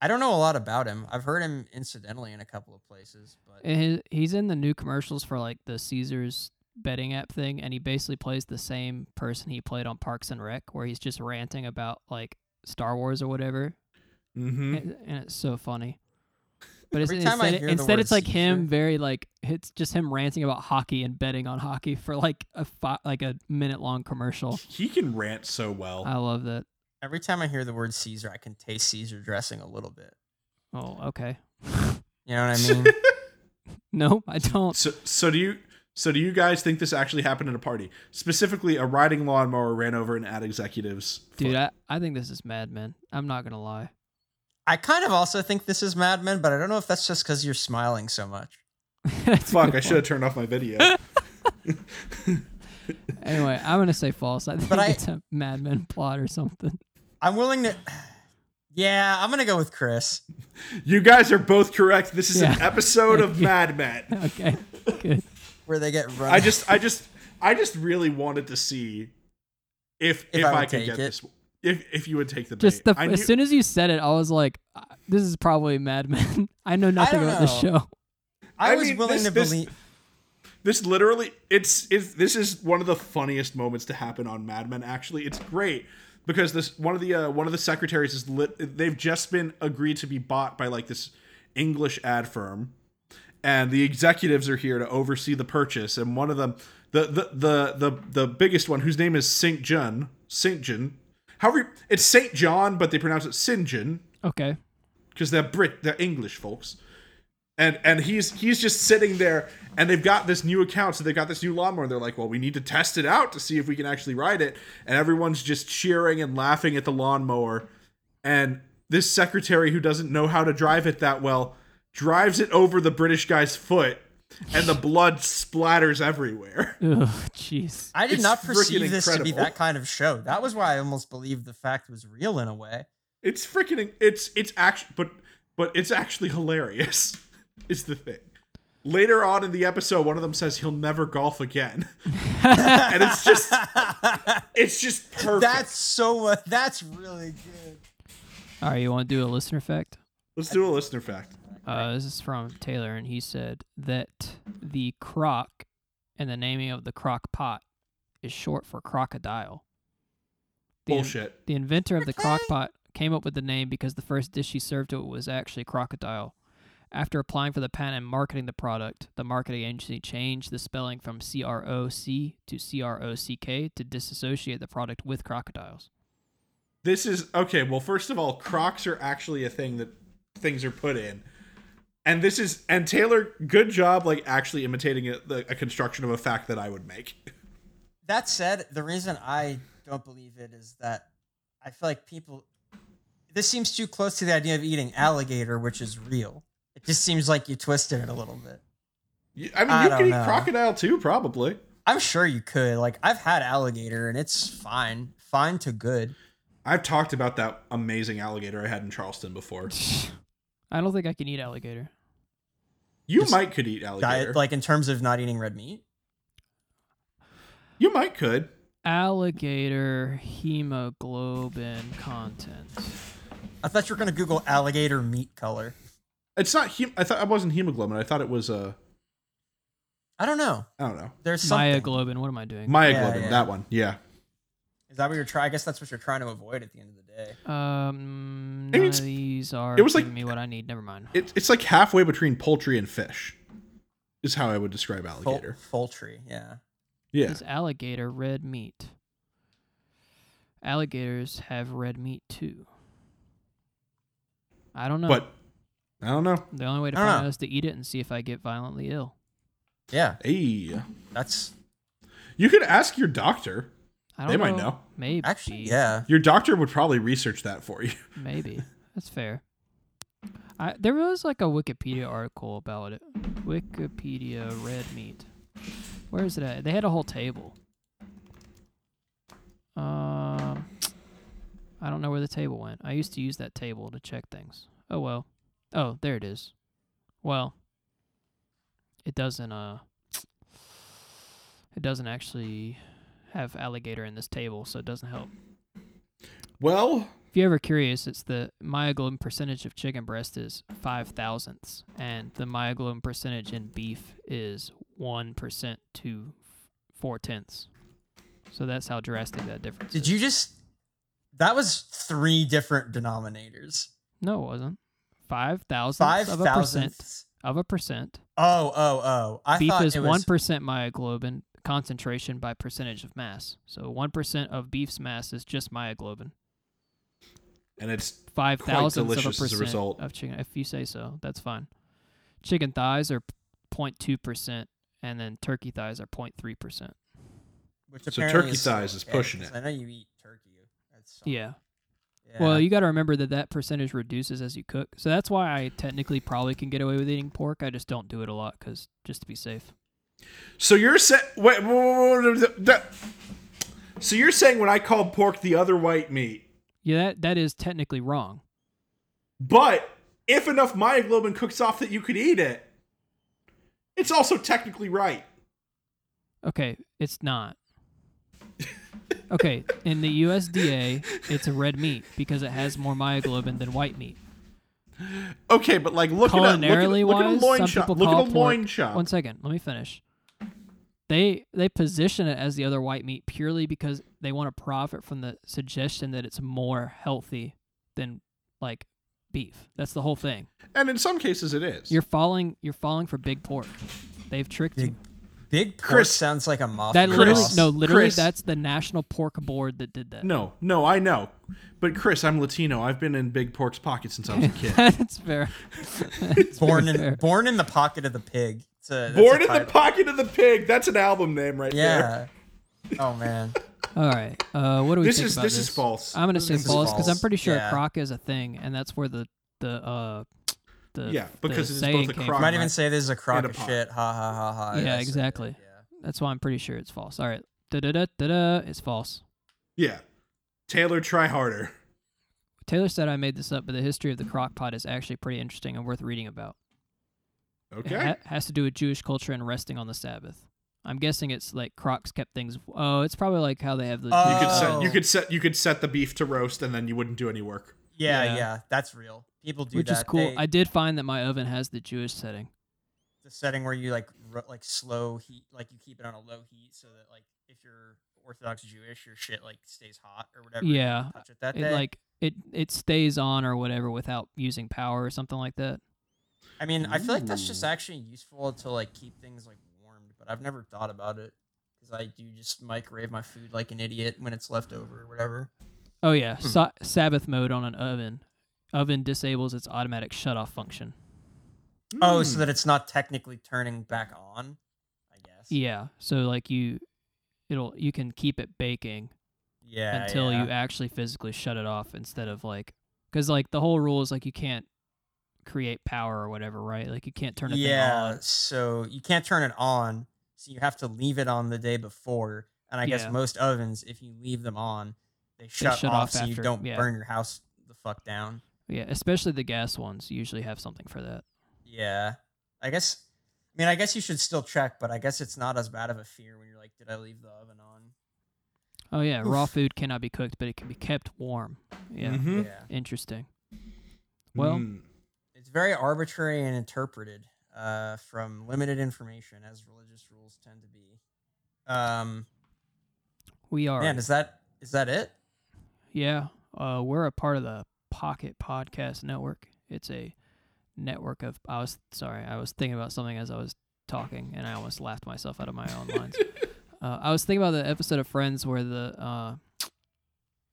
[SPEAKER 3] I don't know a lot about him. I've heard him incidentally in a couple of places, but
[SPEAKER 2] And he- he's in the new commercials for like the Caesars betting app thing, and he basically plays the same person he played on Parks and Rec, where he's just ranting about like Star Wars or whatever,
[SPEAKER 1] Mm-hmm.
[SPEAKER 2] and, and it's so funny. But it's,
[SPEAKER 3] Every time I
[SPEAKER 2] instead,
[SPEAKER 3] hear the
[SPEAKER 2] instead
[SPEAKER 3] word
[SPEAKER 2] it's like him
[SPEAKER 3] Caesar-
[SPEAKER 2] very like it's just him ranting about hockey and betting on hockey for like a fi- like a minute long commercial.
[SPEAKER 1] He can rant so well.
[SPEAKER 2] I love that.
[SPEAKER 3] Every time I hear the word Caesar, I can taste Caesar dressing a little bit.
[SPEAKER 2] Oh, okay.
[SPEAKER 3] You know what I mean?
[SPEAKER 2] Nope, I don't.
[SPEAKER 1] So, so do you? So do you guys think this actually happened at a party? Specifically, a riding lawnmower ran over an ad executive's.
[SPEAKER 2] Dude,
[SPEAKER 1] foot.
[SPEAKER 2] I, I think this is Mad Men. I'm not gonna lie.
[SPEAKER 3] I kind of also think this is Mad Men, but I don't know if that's just because you're smiling so much.
[SPEAKER 2] That's a
[SPEAKER 1] Fuck,
[SPEAKER 2] good
[SPEAKER 1] I
[SPEAKER 2] point.
[SPEAKER 1] should have turned off my video.
[SPEAKER 2] Anyway, I'm gonna say false. I think
[SPEAKER 3] I-
[SPEAKER 2] it's a Mad Men plot or something.
[SPEAKER 3] I'm willing to. Yeah, I'm gonna go with Chris.
[SPEAKER 1] you guys are both correct. This is an
[SPEAKER 2] Yeah.
[SPEAKER 1] episode
[SPEAKER 2] Thank
[SPEAKER 1] of
[SPEAKER 2] you.
[SPEAKER 1] Mad Men.
[SPEAKER 2] Okay, good.
[SPEAKER 3] Where they get run.
[SPEAKER 1] I just, I just, I just really wanted to see if if,
[SPEAKER 3] I would
[SPEAKER 1] I, could
[SPEAKER 3] take
[SPEAKER 1] get
[SPEAKER 3] it.
[SPEAKER 1] this. If if you would take the
[SPEAKER 2] Just the
[SPEAKER 1] bait. I
[SPEAKER 2] as
[SPEAKER 1] knew-
[SPEAKER 2] soon as you said it, I was like, uh, "This is probably Mad Men." I know nothing
[SPEAKER 3] don't
[SPEAKER 2] about this
[SPEAKER 3] know.
[SPEAKER 2] show.
[SPEAKER 3] I,
[SPEAKER 1] I
[SPEAKER 3] was
[SPEAKER 1] mean,
[SPEAKER 3] willing
[SPEAKER 1] this-
[SPEAKER 3] to
[SPEAKER 1] this-
[SPEAKER 3] believe.
[SPEAKER 1] This literally, it's it's this is one of the funniest moments to happen on Mad Men. Actually, it's great because this one of the uh, one of the secretaries is lit. They've just been agreed to be bought by like this English ad firm, and the executives are here to oversee the purchase. And one of them, the the the the, the biggest one, whose name is Saint John, Saint John. However, you- it's Saint John, but they pronounce it Sinjin
[SPEAKER 2] Okay,
[SPEAKER 1] because they're Brit, they're English folks. And and he's he's just sitting there, and they've got this new account, so they've got this new lawnmower, and they're like, well, we need to test it out to see if we can actually ride it. And everyone's just cheering and laughing at the lawnmower, and this secretary who doesn't know how to drive it that well drives it over the British guy's foot, and the blood splatters everywhere.
[SPEAKER 2] Ugh, jeez.
[SPEAKER 3] I did
[SPEAKER 1] it's
[SPEAKER 3] not
[SPEAKER 1] freaking
[SPEAKER 3] perceive this to be
[SPEAKER 1] incredible.
[SPEAKER 3] that kind of show. That was why I almost believed the fact was real in a way.
[SPEAKER 1] It's freaking it's it's actually but but it's actually hilarious. Is the thing. Later on in the episode, one of them says he'll never golf again. and it's just it's just perfect.
[SPEAKER 3] That's so. Uh, that's really good.
[SPEAKER 2] All right, you want to do a listener fact?
[SPEAKER 1] Let's do a listener fact.
[SPEAKER 2] Uh, this is from Taylor, and he said that the croc and the naming of the crock pot is short for crocodile. The in-
[SPEAKER 1] Bullshit.
[SPEAKER 2] the inventor of the crock pot came up with the name because the first dish he served to it was actually crocodile. After applying for the patent and marketing the product, the marketing agency changed the spelling from C R O C to C R O C K to disassociate the product with crocodiles.
[SPEAKER 1] This is okay, well, first of all, crocs are actually a thing that things are put in. And this is and Taylor, good job like actually imitating a, the, a construction of a fact that I would make.
[SPEAKER 3] That said, the reason I don't believe it is that I feel like people. This seems too close to the idea of eating alligator, which is real. It just seems like you twisted it a little bit.
[SPEAKER 1] You- I mean,
[SPEAKER 3] I
[SPEAKER 1] you
[SPEAKER 3] don't
[SPEAKER 1] could eat
[SPEAKER 3] know.
[SPEAKER 1] crocodile too, probably.
[SPEAKER 3] I'm sure you could. Like I've had alligator, and it's fine, fine to good.
[SPEAKER 1] I've talked about that amazing alligator I had in Charleston before.
[SPEAKER 2] I don't think I can eat alligator.
[SPEAKER 1] You
[SPEAKER 3] Just
[SPEAKER 1] might could eat alligator.
[SPEAKER 3] Diet, like in terms of not eating red meat.
[SPEAKER 1] you might could.
[SPEAKER 2] Alligator hemoglobin content.
[SPEAKER 3] I thought you were gonna Google alligator meat color.
[SPEAKER 1] It's not. Hem- I thought I wasn't hemoglobin. I thought it was uh,
[SPEAKER 3] I don't know.
[SPEAKER 1] I don't know.
[SPEAKER 3] There's something.
[SPEAKER 2] Myoglobin. What am I doing?
[SPEAKER 1] Myoglobin.
[SPEAKER 3] yeah.
[SPEAKER 1] That one. Yeah.
[SPEAKER 3] Is that what you're trying? I guess that's what you're trying to avoid at the end of the day.
[SPEAKER 2] um,
[SPEAKER 1] I mean,
[SPEAKER 2] none of
[SPEAKER 1] it's-
[SPEAKER 2] these are
[SPEAKER 1] it was like-
[SPEAKER 2] giving me what I need. Never mind.
[SPEAKER 1] It, it's like halfway between poultry and fish, is how I would describe
[SPEAKER 3] Pol-
[SPEAKER 1] alligator.
[SPEAKER 3] poultry, yeah.
[SPEAKER 1] Yeah.
[SPEAKER 2] Is alligator red meat? Alligators have red meat too. I don't know.
[SPEAKER 1] But I don't know.
[SPEAKER 2] the only way to
[SPEAKER 3] I don't
[SPEAKER 2] find
[SPEAKER 3] know.
[SPEAKER 2] out is to eat it and see if I get violently ill.
[SPEAKER 3] Yeah,
[SPEAKER 1] Hey,
[SPEAKER 3] that's
[SPEAKER 1] you could ask your doctor.
[SPEAKER 2] I don't
[SPEAKER 1] They
[SPEAKER 2] know.
[SPEAKER 1] might know.
[SPEAKER 2] Maybe.
[SPEAKER 3] actually, yeah.
[SPEAKER 1] Your doctor would probably research that for you.
[SPEAKER 2] Maybe. That's fair. I, there was like a Wikipedia article about it. Wikipedia red meat. Where is it at? They had a whole table. Um, I don't know where the table went. I used to use that table to check things. Oh well. Oh, there it is. Well, it doesn't. Uh, it doesn't actually have alligator in this table, so it doesn't help.
[SPEAKER 1] Well,
[SPEAKER 2] If you're ever curious, it's the myoglobin percentage of chicken breast is five thousandths, and the myoglobin percentage in beef is one percent to four tenths. So that's how drastic that difference.
[SPEAKER 3] Did
[SPEAKER 2] is.
[SPEAKER 3] you just? That was three different denominators.
[SPEAKER 2] No, it wasn't. Five thousandths
[SPEAKER 3] Five
[SPEAKER 2] of a percent
[SPEAKER 3] thousandths.
[SPEAKER 2] of a percent.
[SPEAKER 3] Oh, oh, oh! I
[SPEAKER 2] beef
[SPEAKER 3] thought
[SPEAKER 2] is
[SPEAKER 3] it
[SPEAKER 2] one
[SPEAKER 3] was.
[SPEAKER 2] percent myoglobin concentration by percentage of mass. So one percent of beef's mass is just myoglobin.
[SPEAKER 1] and it's
[SPEAKER 2] five thousandths of a
[SPEAKER 1] delicious as a
[SPEAKER 2] percent
[SPEAKER 1] result.
[SPEAKER 2] of chicken. If you say so, that's fine. Chicken thighs are 0.2 percent, and then turkey thighs are 0.3 percent.
[SPEAKER 3] which
[SPEAKER 1] So
[SPEAKER 3] apparently
[SPEAKER 1] turkey thighs is
[SPEAKER 3] yeah,
[SPEAKER 1] pushing
[SPEAKER 3] 'cause
[SPEAKER 1] it.
[SPEAKER 3] I know you eat turkey. That's something.
[SPEAKER 2] Yeah, Well,
[SPEAKER 3] Yeah.
[SPEAKER 2] you got to remember that that percentage reduces as you cook. So that's why I technically probably can get away with eating pork. I just don't do it a lot cuz just to be safe.
[SPEAKER 1] So you're saying wait, whoa, whoa, whoa, whoa, that- so you're saying when I called pork the other white meat,
[SPEAKER 2] Yeah, that that is technically wrong.
[SPEAKER 1] but if enough myoglobin cooks off that you could eat it, it's also technically right.
[SPEAKER 2] Okay, it's not. okay, in the USDA, it's a red meat because it has more myoglobin than white meat.
[SPEAKER 1] Okay, but like look at look at,
[SPEAKER 2] Culinarily
[SPEAKER 1] look at a
[SPEAKER 2] wise,
[SPEAKER 1] loin
[SPEAKER 2] some
[SPEAKER 1] chop.
[SPEAKER 2] people
[SPEAKER 1] Look at
[SPEAKER 2] call
[SPEAKER 1] a
[SPEAKER 2] it
[SPEAKER 1] loin
[SPEAKER 2] pork-
[SPEAKER 1] chop.
[SPEAKER 2] One second, let me finish. They they position it as the other white meat purely because they want to profit from the suggestion that it's more healthy than like beef. That's the whole thing.
[SPEAKER 1] and in some cases it is.
[SPEAKER 2] You're falling you're falling for big pork. They've tricked you.
[SPEAKER 3] Big Big pork
[SPEAKER 1] Chris-
[SPEAKER 3] sounds like a mafia.
[SPEAKER 2] That literally
[SPEAKER 1] Chris,
[SPEAKER 2] no, literally
[SPEAKER 1] Chris.
[SPEAKER 2] that's the National Pork Board that did that.
[SPEAKER 1] no, no, I know. But Chris, I'm Latino. I've been in Big Pork's pocket since I was a kid.
[SPEAKER 2] that's fair. That's
[SPEAKER 3] born
[SPEAKER 2] very fair.
[SPEAKER 3] in born in the pocket of the pig. It's a- that's
[SPEAKER 1] Born
[SPEAKER 3] a
[SPEAKER 1] in the
[SPEAKER 3] title.
[SPEAKER 1] pocket of the pig. That's an album name right there.
[SPEAKER 3] Yeah. Oh man.
[SPEAKER 2] All right. Uh, what do we
[SPEAKER 1] This
[SPEAKER 2] think
[SPEAKER 1] is-
[SPEAKER 2] about
[SPEAKER 1] this is false.
[SPEAKER 2] I'm gonna
[SPEAKER 1] This
[SPEAKER 2] say
[SPEAKER 1] is
[SPEAKER 2] false because I'm
[SPEAKER 3] false.
[SPEAKER 2] pretty sure
[SPEAKER 3] Yeah.
[SPEAKER 2] crock is a thing, and that's where the the uh the
[SPEAKER 1] Yeah, because
[SPEAKER 2] the
[SPEAKER 1] it's both
[SPEAKER 2] saying
[SPEAKER 1] a
[SPEAKER 2] came
[SPEAKER 1] crock-
[SPEAKER 2] from,
[SPEAKER 3] Might even
[SPEAKER 2] right?
[SPEAKER 3] say this is a crock
[SPEAKER 1] And a
[SPEAKER 3] of
[SPEAKER 1] pot.
[SPEAKER 3] shit. Ha ha ha ha.
[SPEAKER 2] Yeah,
[SPEAKER 3] Yes.
[SPEAKER 2] exactly.
[SPEAKER 3] Yeah.
[SPEAKER 2] That's why I'm pretty sure it's false. All right. Da da da da da. It's false.
[SPEAKER 1] Yeah. Taylor, try harder.
[SPEAKER 2] Taylor said I made this up, but the history of the crock pot is actually pretty interesting and worth reading about.
[SPEAKER 1] Okay.
[SPEAKER 2] It ha- has to do with Jewish culture and resting on the Sabbath. I'm guessing it's like crocks kept things. Oh, it's probably like how they have the.
[SPEAKER 3] Oh.
[SPEAKER 1] You could set
[SPEAKER 3] Oh.
[SPEAKER 1] you could set you could set the beef to roast and then you wouldn't do any work.
[SPEAKER 3] Yeah,
[SPEAKER 2] Yeah.
[SPEAKER 3] yeah, that's real. People do
[SPEAKER 2] which
[SPEAKER 3] that.
[SPEAKER 2] is cool.
[SPEAKER 3] They-
[SPEAKER 2] I did find that my oven has the Jewish setting.
[SPEAKER 3] the setting where you like ro- like slow heat, like you keep it on a low heat, so that like if you're Orthodox Jewish, your shit like stays hot or whatever. and you
[SPEAKER 2] Yeah,
[SPEAKER 3] can touch it that
[SPEAKER 2] It
[SPEAKER 3] day.
[SPEAKER 2] like it it stays on or whatever without using power or something like
[SPEAKER 3] Hmm.
[SPEAKER 2] that.
[SPEAKER 3] I mean, I feel like that's just
[SPEAKER 1] Ooh.
[SPEAKER 3] actually useful to like keep things like warmed, but I've never thought about it because I do just microwave my food like an idiot when it's left over or whatever.
[SPEAKER 2] Oh yeah, Sa- Sabbath mode on an oven. Oven disables its automatic shut off function.
[SPEAKER 3] Oh,
[SPEAKER 2] Hmm.
[SPEAKER 1] Mm.
[SPEAKER 3] so that it's not technically turning back on, I guess.
[SPEAKER 2] Yeah, so like you, it'll you can keep it baking
[SPEAKER 3] Yeah.
[SPEAKER 2] until
[SPEAKER 3] yeah.
[SPEAKER 2] you actually physically shut it off instead of like because like the whole rule is like you can't create power or whatever, right? Like you can't turn a
[SPEAKER 3] yeah,
[SPEAKER 2] thing on.
[SPEAKER 3] so you can't turn it on, so you have to leave it on the day before. And I
[SPEAKER 2] Yeah.
[SPEAKER 3] guess most ovens, if you leave them on, they shut,
[SPEAKER 2] shut
[SPEAKER 3] off,
[SPEAKER 2] off
[SPEAKER 3] so you
[SPEAKER 2] after,
[SPEAKER 3] don't
[SPEAKER 2] yeah.
[SPEAKER 3] burn your house the fuck down.
[SPEAKER 2] Yeah, especially the gas ones usually have something for that.
[SPEAKER 3] Yeah, I guess. I mean, I guess you should still check, but I guess it's not as bad of a fear when you're like, "Did I leave the oven on?"
[SPEAKER 2] Oh yeah, raw
[SPEAKER 3] Oof. Mm-hmm.
[SPEAKER 2] food cannot be cooked, but it can be kept warm. Yeah,
[SPEAKER 1] Mhm.
[SPEAKER 3] Yeah,
[SPEAKER 2] interesting. Well,
[SPEAKER 1] Mm.
[SPEAKER 3] it's very arbitrary and interpreted uh, from limited information, as religious rules tend to be. Um,
[SPEAKER 2] we are.
[SPEAKER 3] man, is that is that it?
[SPEAKER 2] Yeah, uh, we're a part of the Pocket Podcast Network. It's a network of. I was sorry, I was thinking about something as I was talking, and I almost laughed myself out of my own lines. Uh, I was thinking about the episode of Friends where the uh,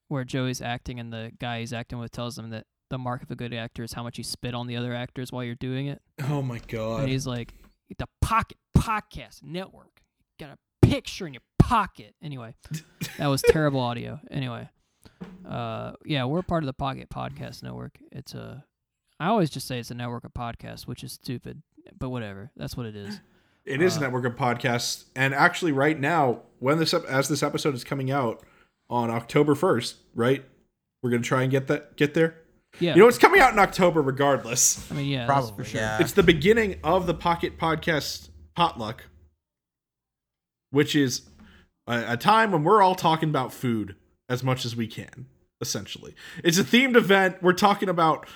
[SPEAKER 2] where Joey's acting and the guy he's acting with tells him that the mark of a good actor is how much you spit on the other actors while you're doing it,
[SPEAKER 1] Oh my
[SPEAKER 2] and
[SPEAKER 1] god.
[SPEAKER 2] he's like, "The Pocket Podcast Network, you got a picture in your pocket." Anyway, that was terrible audio. Anyway, uh, yeah, we're part of the Pocket Podcast Network. It's a, I always just say it's a network of podcasts, which is stupid, but whatever. That's what it is.
[SPEAKER 1] It is a network of podcasts and actually right now when this ep- as this episode is coming out on October 1st, right? We're going to try and get that get there.
[SPEAKER 2] Yeah,
[SPEAKER 1] You know it's coming out in October regardless.
[SPEAKER 2] I mean, yeah, that's
[SPEAKER 3] Probably,
[SPEAKER 2] for sure.
[SPEAKER 3] yeah.
[SPEAKER 1] It's the beginning of the Pocket Podcast potluck, which is a, a time when we're all talking about food as much as we can. Essentially, it's a themed event. We're talking about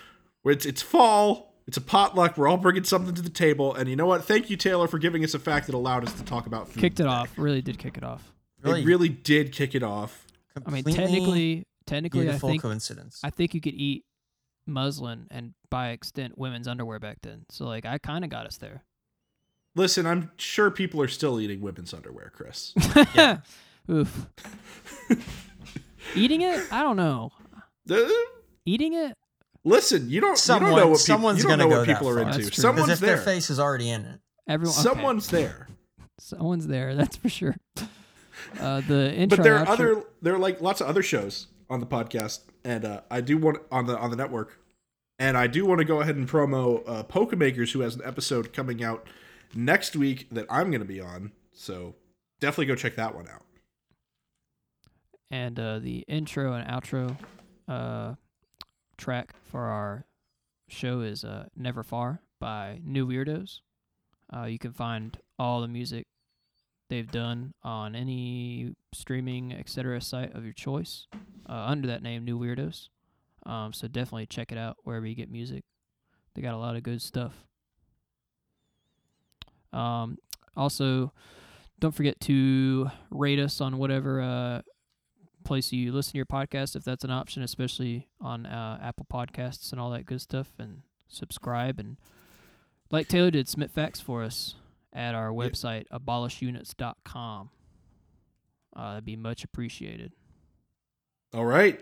[SPEAKER 1] it's it's fall. It's a potluck. We're all bringing something to the table, and you know what? Thank you, Taylor, for giving us a fact that allowed us to talk about food.
[SPEAKER 2] Kicked it off. Really did kick it off.
[SPEAKER 1] It really did kick it off.
[SPEAKER 2] I mean,
[SPEAKER 3] completely
[SPEAKER 2] technically, technically, I
[SPEAKER 3] beautiful
[SPEAKER 2] think
[SPEAKER 3] coincidence.
[SPEAKER 2] I think you could eat muslin and by extent women's underwear back then. So like, I kind of got us there.
[SPEAKER 1] Listen, I'm sure people are still eating women's underwear, Chris.
[SPEAKER 3] Yeah.
[SPEAKER 2] Oof. Eating it? I don't know.
[SPEAKER 1] Uh,
[SPEAKER 2] Eating it?
[SPEAKER 1] Listen, you don't. you
[SPEAKER 3] Someone-
[SPEAKER 1] don't know what peop-
[SPEAKER 3] someone's
[SPEAKER 1] you don't
[SPEAKER 3] gonna
[SPEAKER 1] know
[SPEAKER 3] go
[SPEAKER 1] what
[SPEAKER 3] that
[SPEAKER 1] people are
[SPEAKER 3] far.
[SPEAKER 1] into.
[SPEAKER 2] That's true.
[SPEAKER 3] Because
[SPEAKER 1] Someone's
[SPEAKER 3] if
[SPEAKER 1] there.
[SPEAKER 3] their face is already in it,
[SPEAKER 2] Everyone. okay.
[SPEAKER 1] Someone's there.
[SPEAKER 2] Someone's there, that's for sure. Uh, the intro.
[SPEAKER 1] But there are
[SPEAKER 2] outro-
[SPEAKER 1] other. There are like lots of other shows on the podcast and uh, I do want on the on the network, and I do want to go ahead and promo uh, Pokemakers, who has an episode coming out next week that I'm going to be on. So definitely go check that one out.
[SPEAKER 2] and uh, the intro and outro uh, track for our show is uh, Never Far by New Weirdos. Uh, you can find all the music they've done on any streaming, etc. site of your choice uh, under that name, New Weirdos. Um, so definitely check it out wherever you get music. They got a lot of good stuff. Um, also, don't forget to rate us on whatever uh, place you listen to your podcast if that's an option, especially on uh, Apple Podcasts and all that good stuff. And subscribe and like Taylor did, submit facts for us at our website abolishunits.com. Uh, that'd be much appreciated.
[SPEAKER 1] All right,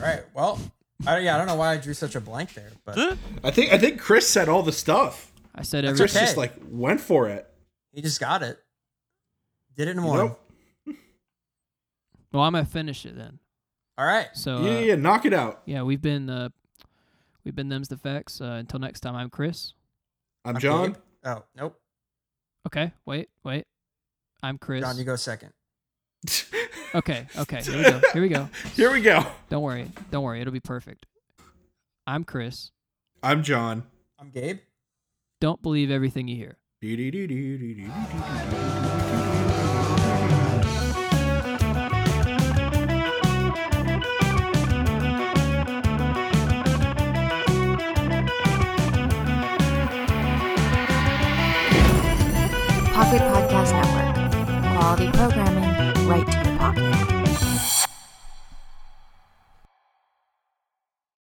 [SPEAKER 3] Right. Well, I, yeah, I don't know why I drew such a blank there, but
[SPEAKER 1] I think I think Chris said all the stuff.
[SPEAKER 2] I said
[SPEAKER 3] That's
[SPEAKER 2] every
[SPEAKER 1] Chris just like
[SPEAKER 3] okay.
[SPEAKER 1] went for it.
[SPEAKER 3] he just got it. Did it in
[SPEAKER 1] You
[SPEAKER 3] one.
[SPEAKER 1] know?
[SPEAKER 2] well, I'm gonna finish it then.
[SPEAKER 3] All right.
[SPEAKER 2] So
[SPEAKER 1] yeah,
[SPEAKER 2] uh,
[SPEAKER 1] yeah, knock it out.
[SPEAKER 2] yeah, we've been uh, we've been them's the facts. Uh, until next time, I'm Chris.
[SPEAKER 1] I'm John.
[SPEAKER 3] Gabe. Oh, nope.
[SPEAKER 2] Okay, wait, wait. I'm Chris.
[SPEAKER 3] John, you go second.
[SPEAKER 2] Okay, okay. Here we go. Here we go.
[SPEAKER 1] Here we go.
[SPEAKER 2] Don't worry. Don't worry. It'll be perfect. I'm Chris.
[SPEAKER 1] I'm John.
[SPEAKER 3] I'm Gabe.
[SPEAKER 2] Don't believe everything you hear.
[SPEAKER 1] Dee-dee-dee-dee-dee-dee-dee-dee.